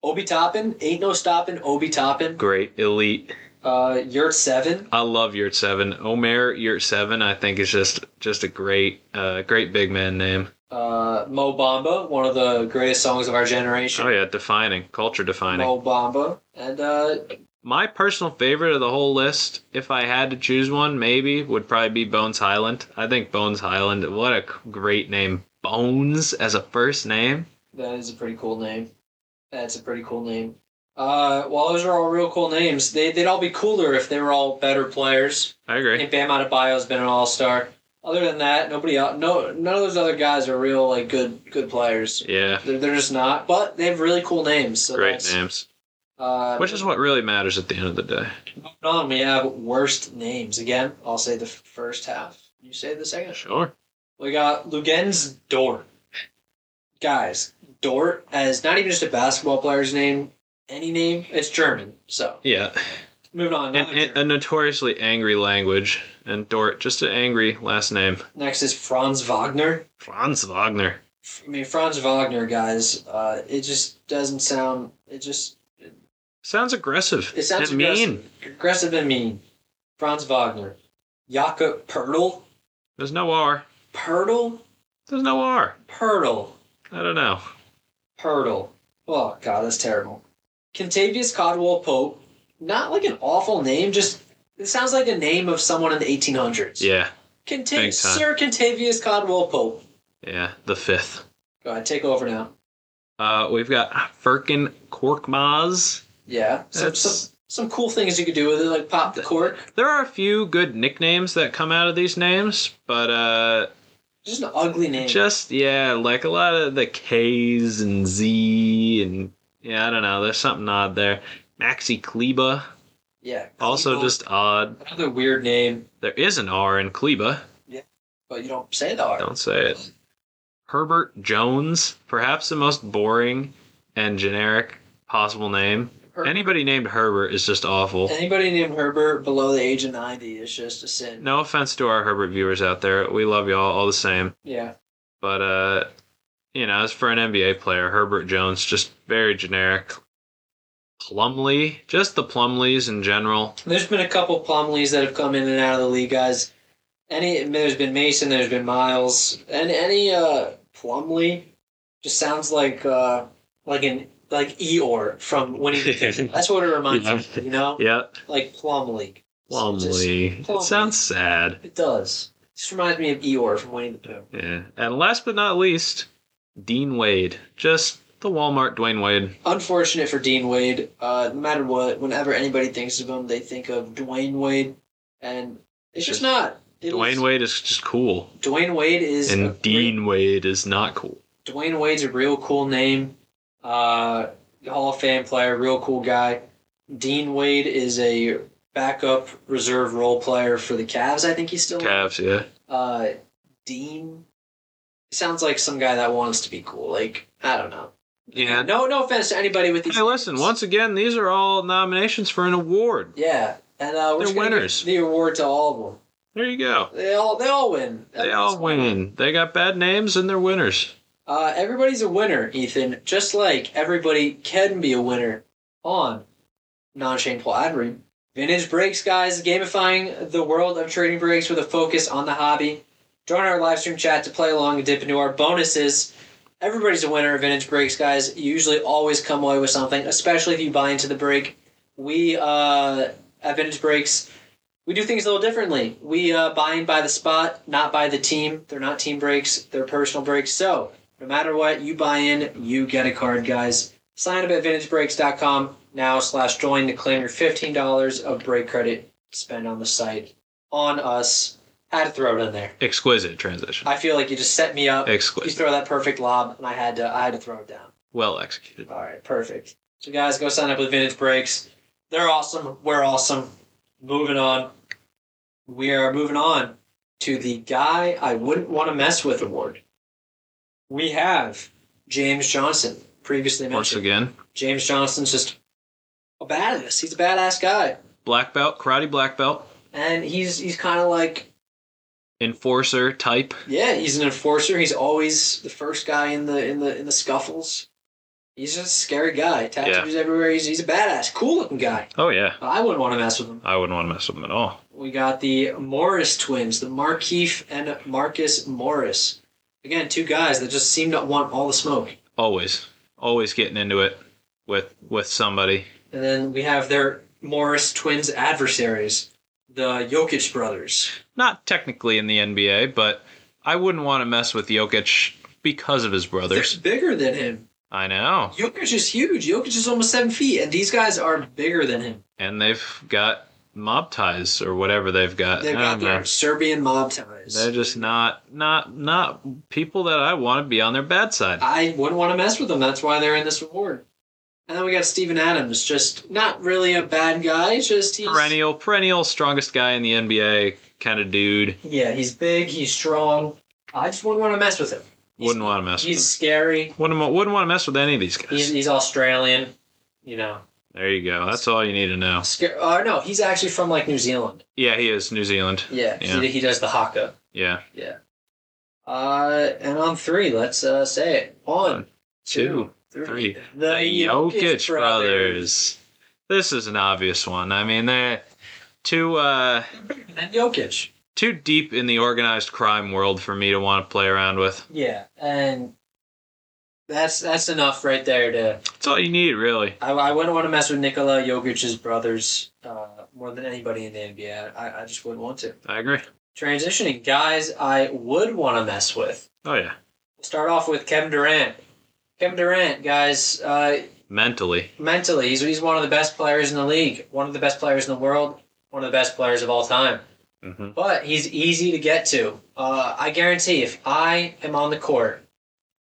Speaker 1: Obi Toppin, ain't no stopping. Obi Toppin,
Speaker 2: Great elite.
Speaker 1: uh, Yurt Seven.
Speaker 2: I love Yurt Seven. Omer Yurt Seven, I think is just just a great uh, great big man name.
Speaker 1: Uh, Mo Bamba, one of the greatest songs of our generation.
Speaker 2: Oh yeah, defining culture defining.
Speaker 1: Mo Bamba, and uh,
Speaker 2: My personal favorite of the whole list, if I had to choose one, maybe would probably be Bones Highland. I think Bones Highland. What a c- great name, Bones as a first name.
Speaker 1: that is a pretty cool name. That's a pretty cool name. Uh, well, those are all real cool names. They, they'd all be cooler if they were all better players.
Speaker 2: I
Speaker 1: I
Speaker 2: agree.
Speaker 1: think Bam Adebayo's been an All Star. Other than that, nobody, el- no, none of those other guys are real like good, good players.
Speaker 2: Yeah,
Speaker 1: They're, they're just not. But they have really cool names. So
Speaker 2: great
Speaker 1: that's-
Speaker 2: names,
Speaker 1: Uh,
Speaker 2: which is what really matters at the end of the day.
Speaker 1: moving on. We have worst names again. I'll say the f- first half. You say the second.
Speaker 2: Sure.
Speaker 1: We got Lugens Dort. Guys, Dort as not even just a basketball player's name, any name. It's German. So
Speaker 2: Yeah,
Speaker 1: moving on.
Speaker 2: and,
Speaker 1: another
Speaker 2: and a
Speaker 1: German.
Speaker 2: notoriously angry language, and Dort just an angry last name.
Speaker 1: Next is Franz Wagner.
Speaker 2: Franz Wagner.
Speaker 1: I mean Franz Wagner, guys. Uh, it just doesn't sound. It just
Speaker 2: Sounds aggressive.
Speaker 1: it sounds
Speaker 2: and
Speaker 1: aggressive,
Speaker 2: mean.
Speaker 1: aggressive and mean. Franz Wagner, Jakob Pertl,
Speaker 2: There's no R.
Speaker 1: Pertl,
Speaker 2: There's no R.
Speaker 1: Pertl.
Speaker 2: I don't know.
Speaker 1: Hurdle. Oh god, that's terrible. Contavious Codwell Pope. Not like an awful name, just it sounds like a name of someone in the 1800s.
Speaker 2: Yeah,
Speaker 1: Conta-
Speaker 2: big time.
Speaker 1: Sir Contavious Codwell Pope.
Speaker 2: yeah. The fifth.
Speaker 1: Go ahead, take over now.
Speaker 2: Uh, we've got Firkin Korkmaz.
Speaker 1: Yeah. Some,
Speaker 2: That's-
Speaker 1: some, some cool things you could do with it, like pop the cork.
Speaker 2: There are a few good nicknames that come out of these names, but uh,
Speaker 1: Just an ugly name.
Speaker 2: just yeah, like a lot of the K's and Z and yeah, I don't know. There's something odd there. Maxi Kleba,
Speaker 1: yeah.
Speaker 2: also
Speaker 1: People-
Speaker 2: just odd.
Speaker 1: another weird name,
Speaker 2: There is an R in Kleba.
Speaker 1: but you don't say the R.
Speaker 2: Don't say it. Herbert Jones, perhaps the most boring and generic possible name.
Speaker 1: Her-
Speaker 2: Anybody named Herbert is just awful.
Speaker 1: Anybody named Herbert below the age of 90 is just a sin.
Speaker 2: No offense to our Herbert viewers out there. We love y'all all the same.
Speaker 1: Yeah.
Speaker 2: But uh you know, as for an NBA player, Herbert Jones just very generic. Plumlee, just the Plumlees in general.
Speaker 1: There's been a couple Plumleys that have come in and out of the league, guys. Any there's been Mason, there's been Miles, and any uh Plumley just sounds like uh like an like Eeyore from Winnie
Speaker 2: <laughs>
Speaker 1: the Pooh. That's what it reminds me, of, you know,
Speaker 2: Yeah,
Speaker 1: like Plumley. It's just-
Speaker 2: Plumlee.
Speaker 1: Plumlee.
Speaker 2: It sounds sad.
Speaker 1: it does. It just reminds me of Eeyore from Winnie the Pooh.
Speaker 2: Yeah. And last but not least, Dean Wade. Just the Walmart Dwayne Wade.
Speaker 1: Unfortunate for Dean Wade. Uh, no matter what, whenever anybody thinks of him, they think of Dwayne Wade, and it's just not. It
Speaker 2: Dwayne
Speaker 1: was-
Speaker 2: Wade is just cool.
Speaker 1: Dwayne Wade is a
Speaker 2: And
Speaker 1: great
Speaker 2: Dean Wade is not cool.
Speaker 1: Dwayne Wade's a real cool name. Uh, Hall of Fame player, real cool guy. Dean Wade is a backup reserve role player for the Cavs. I think he's still.
Speaker 2: Cavs, yeah.
Speaker 1: Uh, Dean sounds like some guy that wants to be cool. Like I don't know.
Speaker 2: Yeah.
Speaker 1: No, no offense to anybody with these.
Speaker 2: Hey, listen,
Speaker 1: names.
Speaker 2: once again, these are all nominations for an award.
Speaker 1: Yeah, and uh, we're
Speaker 2: They're
Speaker 1: just gonna give
Speaker 2: winners.
Speaker 1: The award to all of them.
Speaker 2: There you go.
Speaker 1: They all they all win.
Speaker 2: They all win. They got bad names and they're winners.
Speaker 1: Uh, everybody's a winner, Ethan. Just like everybody can be a winner on non shameful ad read. Vintage breaks, guys. Gamifying the world of trading breaks with a focus on the hobby. Join our live stream chat to play along and dip into our bonuses. Everybody's a winner of vintage breaks, guys. You usually always come away with something, especially if you buy into the break. We uh, at vintage breaks, we do things a little differently. We uh, buy in by the spot, not by the team. They're not team breaks; they're personal breaks. So. No matter what, you buy in, you get a card, guys. Sign up at vintagebreaks.com now slash join to claim your $15 of break credit spent on the site on us. Had to throw it in there.
Speaker 2: Exquisite transition.
Speaker 1: I feel like you just set me up. You
Speaker 2: Exquisite.
Speaker 1: throw that perfect lob, and I had to I had to throw it down.
Speaker 2: Well executed.
Speaker 1: All right, perfect. So guys, go sign up with Vintage Breaks. They're awesome. We're awesome. Moving on. We are moving on to the guy I wouldn't want to mess with award. We have James Johnson, previously
Speaker 2: Once
Speaker 1: mentioned.
Speaker 2: again,
Speaker 1: James Johnson's just a badass. He's a badass guy,
Speaker 2: black belt, karate black belt,
Speaker 1: and he's he's kind of like
Speaker 2: enforcer type.
Speaker 1: Yeah, he's an enforcer. He's always the first guy in the in the in the scuffles. He's just a scary guy. Tattoos everywhere. He's, he's a badass, cool looking guy.
Speaker 2: Oh yeah,
Speaker 1: I wouldn't want to mess with him.
Speaker 2: I wouldn't want to mess with him at all.
Speaker 1: We got the Morris twins, the Markeef and Marcus Morris. Again, two guys that just seem to want all the smoke.
Speaker 2: Always, always getting into it with with somebody.
Speaker 1: And then we have their Morris twins adversaries, the Jokic brothers.
Speaker 2: Not technically in the NBA, but I wouldn't want to mess with Jokic because of his brothers.
Speaker 1: They're bigger than him.
Speaker 2: I know,
Speaker 1: Jokic is huge. Jokic is almost seven feet, and these guys are bigger than him.
Speaker 2: and they've got mob ties or whatever they've got.
Speaker 1: They've
Speaker 2: I
Speaker 1: got
Speaker 2: don't
Speaker 1: their
Speaker 2: know.
Speaker 1: Serbian mob ties.
Speaker 2: They're just not not not people that I want to be on their bad side.
Speaker 1: I wouldn't want to mess with them. That's why they're in this award. And then we got Steven Adams, just not really a bad guy, just he's
Speaker 2: perennial, perennial strongest guy in the NBA kind of dude.
Speaker 1: Yeah, he's big, he's strong. I just wouldn't want to mess with him. He's-
Speaker 2: Wouldn't want to mess with
Speaker 1: He's
Speaker 2: him.
Speaker 1: scary.
Speaker 2: Wouldn't, wa- wouldn't want to mess with any of these
Speaker 1: He's,
Speaker 2: guys.
Speaker 1: he's Australian, you know.
Speaker 2: There you go. That's all you need to know.
Speaker 1: Scar- uh, no, he's actually from like New Zealand.
Speaker 2: Yeah, he is New Zealand.
Speaker 1: Yeah,
Speaker 2: Yeah.
Speaker 1: He, he does the haka.
Speaker 2: Yeah.
Speaker 1: Uh, and on three, let's uh, say it. One,
Speaker 2: One, two,
Speaker 1: two,
Speaker 2: three.
Speaker 1: The Jokic brothers.
Speaker 2: This is an obvious one. I mean, they're too uh,
Speaker 1: And Jokic.
Speaker 2: too deep in the organized crime world for me to want to play around with.
Speaker 1: Yeah, and that's that's enough right there. To
Speaker 2: That's all you need, really.
Speaker 1: I, I wouldn't want to mess with Nikola Jokic's brothers uh, more than anybody in the NBA. I, I just wouldn't want to.
Speaker 2: I agree.
Speaker 1: Transitioning guys, I would want to mess with.
Speaker 2: Oh yeah,
Speaker 1: We'll start off with Kevin Durant. Kevin Durant, guys, uh,
Speaker 2: mentally.
Speaker 1: mentally, he's he's one of the best players in the league, one of the best players in the world, one of the best players of all time.
Speaker 2: Mm-hmm.
Speaker 1: But he's easy to get to. Uh, I guarantee if I am on the court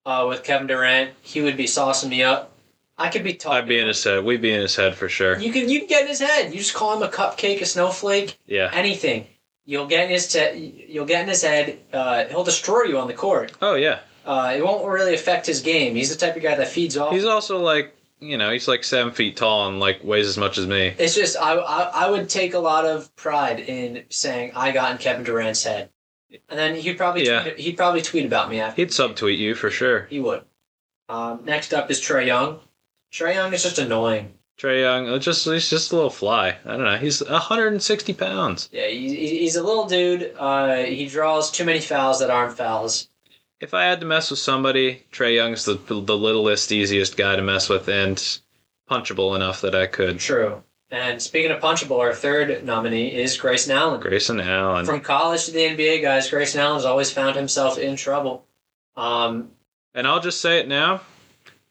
Speaker 1: uh, with Kevin Durant, he would be saucing me up. I could be talking.
Speaker 2: I'd be in his head. We'd be in his head for sure.
Speaker 1: You can you can get in his head. You just call him a cupcake, a snowflake,
Speaker 2: Yeah.
Speaker 1: anything. You'll get in his te- you'll get in his head. Uh, he'll destroy you on the court.
Speaker 2: Oh yeah.
Speaker 1: Uh, it won't really affect his game. He's the type of guy that feeds off.
Speaker 2: He's also like, you know, he's like seven feet tall and like weighs as much as me.
Speaker 1: it's just I, I I would take a lot of pride in saying I got in Kevin Durant's head, and then he'd probably
Speaker 2: Yeah.
Speaker 1: tweet, he'd probably tweet about me after.
Speaker 2: He'd subtweet you for sure.
Speaker 1: He would. Um, next up is Trey Young. Trey Young is just annoying.
Speaker 2: Trey Young, uh, just he's just a little fly. I don't know. He's 160 pounds.
Speaker 1: Yeah, he, he- he's a little dude. Uh, he draws too many fouls that aren't fouls.
Speaker 2: If I had to mess with somebody, Trey Young's the the littlest, easiest guy to mess with, and punchable enough that I could.
Speaker 1: True. And speaking of punchable, our third nominee is Grayson Allen.
Speaker 2: Grayson Allen.
Speaker 1: From college to the NBA, guys, Grayson Allen's always found himself in trouble. Um,
Speaker 2: And I'll just say it now.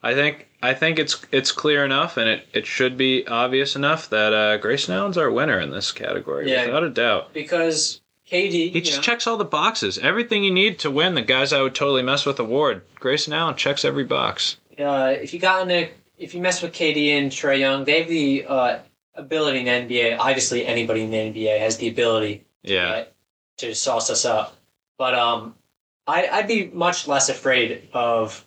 Speaker 2: I think I think it's it's clear enough, and it, it should be obvious enough that uh, Grayson Allen's our winner in this category,
Speaker 1: Yeah.
Speaker 2: without a doubt.
Speaker 1: because KD,
Speaker 2: He
Speaker 1: you
Speaker 2: just
Speaker 1: know,
Speaker 2: checks all the boxes. Everything you need to win the guys I would totally mess with award. Grayson Allen checks every box.
Speaker 1: uh, if you got in a, if you mess with KD and Trey Young, they have the uh, ability in the NBA. Obviously, anybody in the NBA has the ability uh,
Speaker 2: Yeah.
Speaker 1: to sauce us up. But um, I, I'd be much less afraid of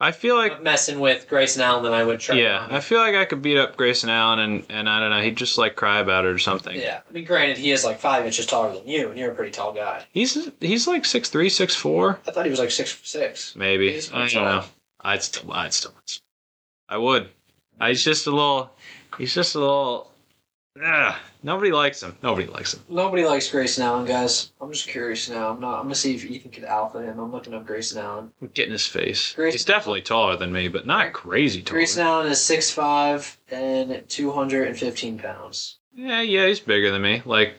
Speaker 2: I feel like
Speaker 1: messing with Grayson Allen than I would Trey.
Speaker 2: yeah, I feel like I could beat up Grayson Allen and, and I don't know, he'd just like cry about it or something.
Speaker 1: yeah. I mean, granted, he is like five inches taller than you, and you're a pretty tall guy.
Speaker 2: He's he's like six three, six four,
Speaker 1: I thought he was like six six.
Speaker 2: maybe.
Speaker 1: He's
Speaker 2: I
Speaker 1: pretty
Speaker 2: don't
Speaker 1: tall.
Speaker 2: know. I'd still I'd still I would. I, he's just a little he's just a little Ugh. nobody likes him. Nobody likes him.
Speaker 1: Nobody likes Grayson Allen, guys. I'm just curious now. I'm not. I'm gonna see if Ethan could alpha him. I'm looking up Grayson Allen.
Speaker 2: Get in his face.
Speaker 1: Grayson-
Speaker 2: he's definitely taller than me, but not crazy taller.
Speaker 1: Grayson Allen is six five and two hundred and fifteen pounds.
Speaker 2: Yeah, yeah, he's bigger than me. Like,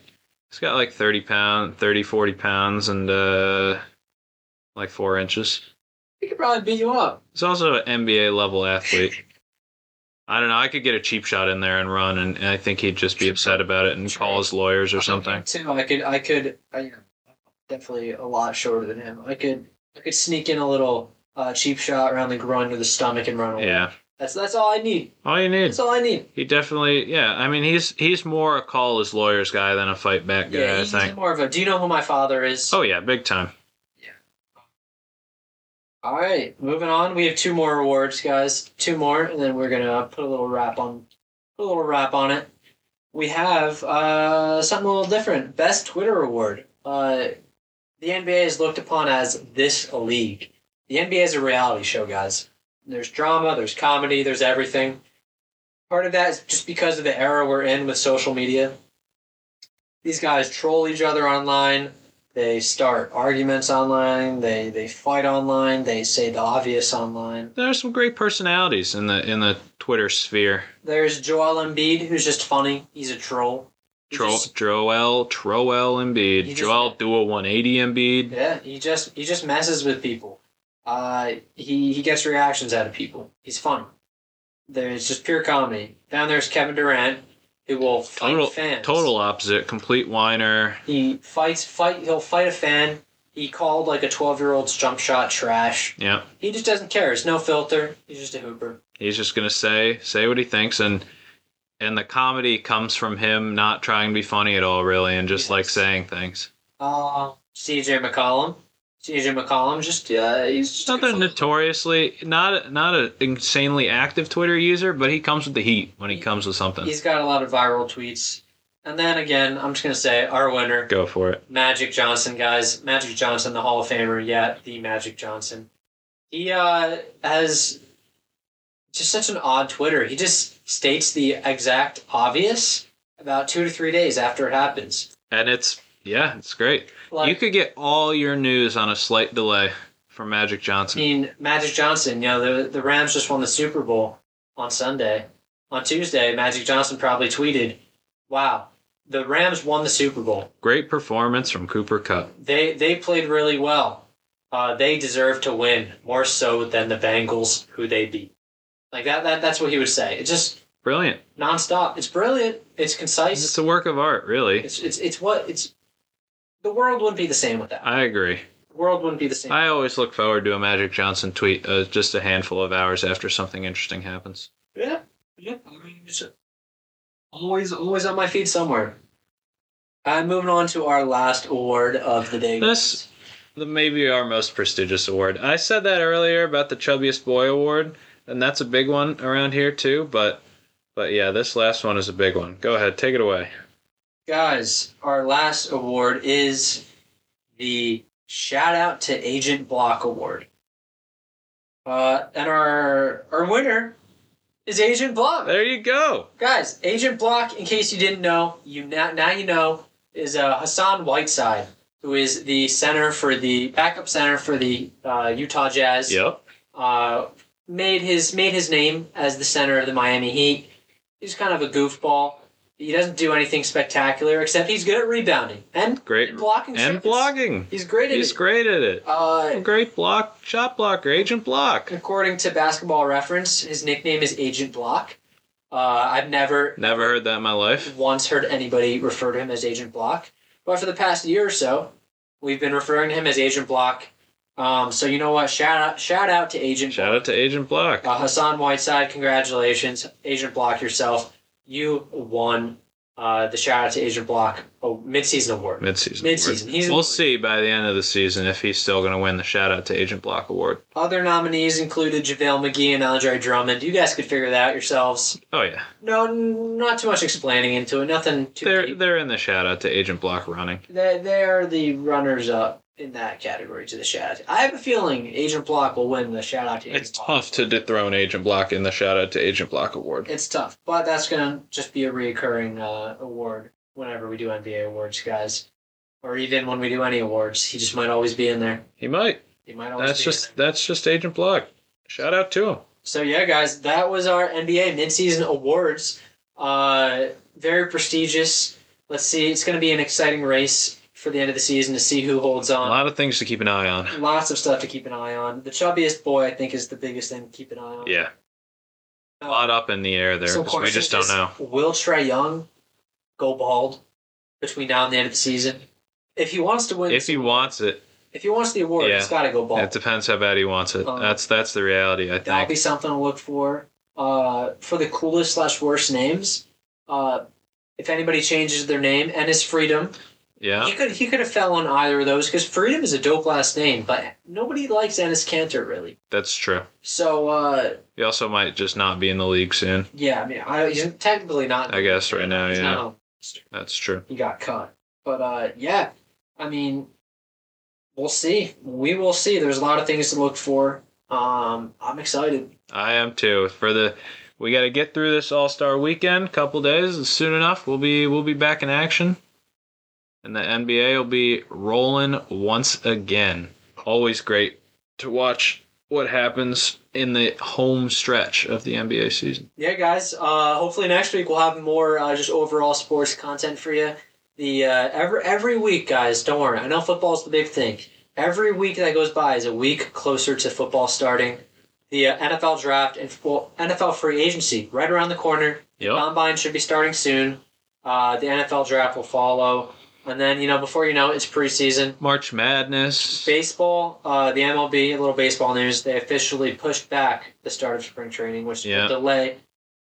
Speaker 2: he's got like 30 pound, 30, 40 pounds and uh, like four inches.
Speaker 1: He could probably beat you up.
Speaker 2: He's also an NBA level athlete. I don't know. I could get a cheap shot in there and run, and, and I think he'd just be upset about it and call his lawyers or something.
Speaker 1: Too, I could, I could, I, you know, definitely a lot shorter than him. I could, I could sneak in a little uh, cheap shot around the groin or the stomach and run away.
Speaker 2: Yeah,
Speaker 1: That's that's all I need.
Speaker 2: all you need.
Speaker 1: That's all I need.
Speaker 2: He definitely, yeah. I mean, he's he's more a call his lawyers guy than a fight back guy.
Speaker 1: Yeah,
Speaker 2: I
Speaker 1: he's
Speaker 2: think.
Speaker 1: more of a. Do you know who my father is?
Speaker 2: Oh yeah, big time.
Speaker 1: All right, moving on. We have two more awards, guys. Two more, and then we're gonna put a little wrap on, put a little wrap on it. We have uh, something a little different. Best Twitter award. Uh, the NBA is looked upon as this league. The NBA is a reality show, guys. There's drama, there's comedy, there's everything. Part of that is just because of the era we're in with social media. These guys troll each other online they start arguments online they they fight online they say the obvious online
Speaker 2: There's some great personalities in the in the Twitter sphere.
Speaker 1: there's joel embiid who's just funny he's a troll He
Speaker 2: Tro-
Speaker 1: just-
Speaker 2: Joel, Troel Embiid,
Speaker 1: He just-
Speaker 2: Joel Dual 180 Embiid.
Speaker 1: yeah he just he just messes with people uh he he gets reactions out of people he's fun there's just pure comedy down there's kevin durant who will fight
Speaker 2: Total,
Speaker 1: fans
Speaker 2: total opposite, complete whiner.
Speaker 1: he fights fight he'll fight a fan he called like a 12 year old's jump shot trash
Speaker 2: Yeah,
Speaker 1: he just doesn't care there's no filter he's just a hooper
Speaker 2: he's just gonna say say what he thinks, and and the comedy comes from him not trying to be funny at all, really, and just like
Speaker 1: Yes.
Speaker 2: saying things.
Speaker 1: Uh, CJ McCollum. CJ McCollum just uh, he's just
Speaker 2: Another notoriously not not an insanely active Twitter user, but he comes with the heat when he comes with something.
Speaker 1: he's got a lot of viral tweets. And then again, I'm just gonna say our winner,
Speaker 2: Go for it.
Speaker 1: Magic Johnson, guys. Magic Johnson, the Hall of Famer, yet the Magic Johnson. He uh, has just such an odd Twitter. He just states the exact obvious about two to three days after it happens.
Speaker 2: And it's yeah, it's great.
Speaker 1: Like,
Speaker 2: you could get all your news on a slight delay from Magic
Speaker 1: I
Speaker 2: Johnson.
Speaker 1: mean, Magic Johnson, you know, the, the Rams just won the Super Bowl on Sunday. On Tuesday, Magic Johnson probably tweeted, Wow, the Rams won the Super Bowl.
Speaker 2: Great performance from Cooper Cup.
Speaker 1: They they played really well. Uh, they deserve to win more so than the Bengals, who they beat. Like that, that that's what he would say. It's just
Speaker 2: Brilliant.
Speaker 1: nonstop. It's brilliant. It's
Speaker 2: It's
Speaker 1: concise.
Speaker 2: a work of art, really.
Speaker 1: It's it's it's what it's the world wouldn't be the same without.
Speaker 2: I agree.
Speaker 1: The world wouldn't be the same.
Speaker 2: I always look forward to a Magic Johnson tweet uh, just a handful of hours after something interesting happens.
Speaker 1: Yeah, yeah. I mean, it's always, always on my feet somewhere. I'm moving on to our last award of the day.
Speaker 2: This- The maybe our most prestigious award. I said that earlier about the Chubbiest Boy Award, and that's a big one around here too. But, but yeah, this last one is a big one. Go ahead, take it away.
Speaker 1: guys, our last award is the shout out to Agent Block Award. Uh, and our our winner is Agent Block.
Speaker 2: There you go.
Speaker 1: guys agent block in case you didn't know you now, now you know is uh, hassan whiteside who is the center for the backup center for the uh, utah jazz
Speaker 2: Yep.
Speaker 1: uh, made his made his name as the center of the miami heat he's kind of a goofball he doesn't do anything spectacular except he's good at rebounding and
Speaker 2: Great
Speaker 1: blocking
Speaker 2: and
Speaker 1: shots.
Speaker 2: blogging.
Speaker 1: he's great at
Speaker 2: He's
Speaker 1: it
Speaker 2: great at it.
Speaker 1: uh,
Speaker 2: Great block, shot blocker, agent block.
Speaker 1: according to basketball reference his nickname is agent block uh, i've never
Speaker 2: Never heard that in my life.
Speaker 1: once heard anybody refer to him as Agent Block. But for the past year or so, we've been referring to him as Agent Block. Um, so you know what? Shout out, shout out to Agent
Speaker 2: Shout out to Agent Block.
Speaker 1: uh, Hassan Whiteside. Congratulations, Agent Block yourself. You won uh, the shout out to Agent Block oh, midseason award.
Speaker 2: Midseason.
Speaker 1: Midseason.
Speaker 2: award.
Speaker 1: He's-
Speaker 2: we'll see by the end of the season if he's still going to win the shout out to Agent Block award.
Speaker 1: Other nominees included JaVale McGee and Andre Drummond. You guys could figure that out yourselves.
Speaker 2: Oh yeah,
Speaker 1: No, n- not too much explaining into it. Nothing too deep.
Speaker 2: they're they're in the shout out to Agent Block running.
Speaker 1: They they are the runners up in that category to the shout out. I have a feeling Agent Block will win the shout out to Agent
Speaker 2: It's
Speaker 1: Block.
Speaker 2: tough to dethrone Agent Block in the shout out to Agent Block award.
Speaker 1: It's tough, but that's gonna just be a reoccurring uh, award whenever we do NBA awards, guys, or even when we do any awards. He just might always be in there.
Speaker 2: He might.
Speaker 1: He might always.
Speaker 2: That's
Speaker 1: be in
Speaker 2: just
Speaker 1: there.
Speaker 2: that's just Agent Block. Shout out to him.
Speaker 1: So yeah, guys, that was our NBA midseason awards. Uh, very prestigious. Let's see. It's gonna be an exciting race for the end of the season to see who holds
Speaker 2: A
Speaker 1: on.
Speaker 2: lot of things to keep an eye on.
Speaker 1: lots of stuff to keep an eye on. The chubbiest boy, I think, is the biggest thing to keep an eye on.
Speaker 2: Yeah, a lot up in the air there. 'cause we just don't
Speaker 1: is,
Speaker 2: know.
Speaker 1: Will Trey Young go bald between now and the end of the season? If he wants to win,
Speaker 2: If he wants it,
Speaker 1: if he wants the award,
Speaker 2: Yeah.
Speaker 1: he's got to go bald.
Speaker 2: it depends how bad he wants it.
Speaker 1: Um,
Speaker 2: that's that's the reality, I
Speaker 1: That'll
Speaker 2: think.
Speaker 1: be something to look for. Uh, for the coolest slash worst names, uh, if anybody changes their name, Ennis Freedom,
Speaker 2: yeah.
Speaker 1: he could he could have fell on either of those because Freedom is a dope last name, but nobody likes Ennis Cantor really.
Speaker 2: That's true.
Speaker 1: So uh,
Speaker 2: He also might just not be in the league soon.
Speaker 1: yeah, I mean, I, he's technically not.
Speaker 2: I guess right now,
Speaker 1: he's
Speaker 2: yeah.
Speaker 1: not on
Speaker 2: That's true.
Speaker 1: he got cut. But uh, yeah, I mean, we'll see. We will see. There's a lot of things to look for. Um, I'm excited.
Speaker 2: I am too. For the we got to get through this All Star weekend. Couple days soon enough, we'll be we'll be back in action, and the NBA will be rolling once again. Always great to watch what happens in the home stretch of the NBA season.
Speaker 1: Yeah, guys. Uh, hopefully next week we'll have more uh, just overall sports content for you. The uh, every every week, guys. Don't worry. I know football's the big thing. Every week that goes by is a week closer to football starting. The uh, NFL draft and well, NFL free agency right around the corner.
Speaker 2: Yep.
Speaker 1: Combine should be starting soon. Uh, the NFL draft will follow. And then, you know, before you know it, it's preseason.
Speaker 2: March Madness.
Speaker 1: Baseball, uh, the MLB, a little baseball news, they officially pushed back the start of spring training, which
Speaker 2: Yeah.
Speaker 1: will delay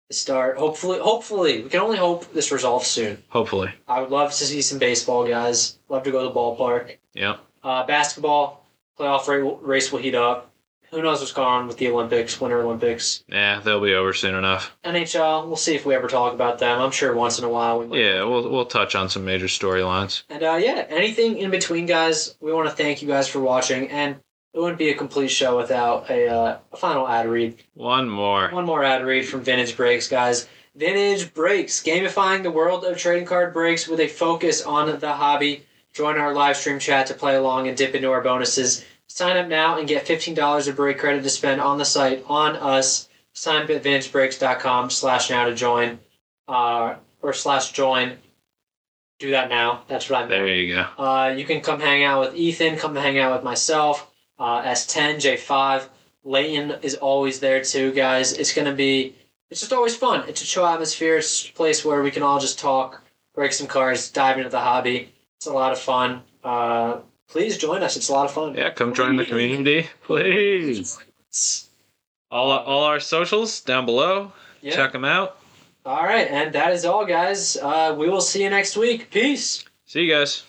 Speaker 1: the start. Hopefully, hopefully, we can only hope this resolves soon.
Speaker 2: Hopefully.
Speaker 1: I would love to see some baseball, guys. Love to go to the ballpark.
Speaker 2: Yep.
Speaker 1: Uh, basketball, playoff ra- race will heat up. Who knows what's going on with the Olympics, Winter Olympics.
Speaker 2: Yeah, they'll be over soon enough.
Speaker 1: NHL, we'll see if we ever talk about them. I'm sure once in a while we might.
Speaker 2: Yeah, we'll we'll touch on some major storylines.
Speaker 1: And uh, yeah, anything in between, guys, we want to thank you guys for watching. And it wouldn't be a complete show without a, uh, a final ad read.
Speaker 2: One more.
Speaker 1: One more ad read from Vintage Breaks, guys. Vintage Breaks, gamifying the world of trading card breaks with a focus on the hobby. Join our live stream chat to play along and dip into our bonuses. Sign up now and get $15 of break credit to spend on the site on us. Sign up at vintagebreaks.com slash now to join uh, or slash join. Do that now. That's what I meant.
Speaker 2: There you go.
Speaker 1: Uh, you can come hang out with Ethan, come hang out with myself, uh, S10, J5. Layton is always there too, guys. It's going to be, it's just always fun. It's a chill atmosphere. It's a place where we can all just talk, break some cards, dive into the hobby. It's a lot of fun. Uh, please join us. It's a lot of fun.
Speaker 2: Yeah, come join the community, please. All all our socials down below.
Speaker 1: Yeah.
Speaker 2: Check them out.
Speaker 1: All right. And that is all, guys. Uh, we will see you next week. Peace.
Speaker 2: See you guys.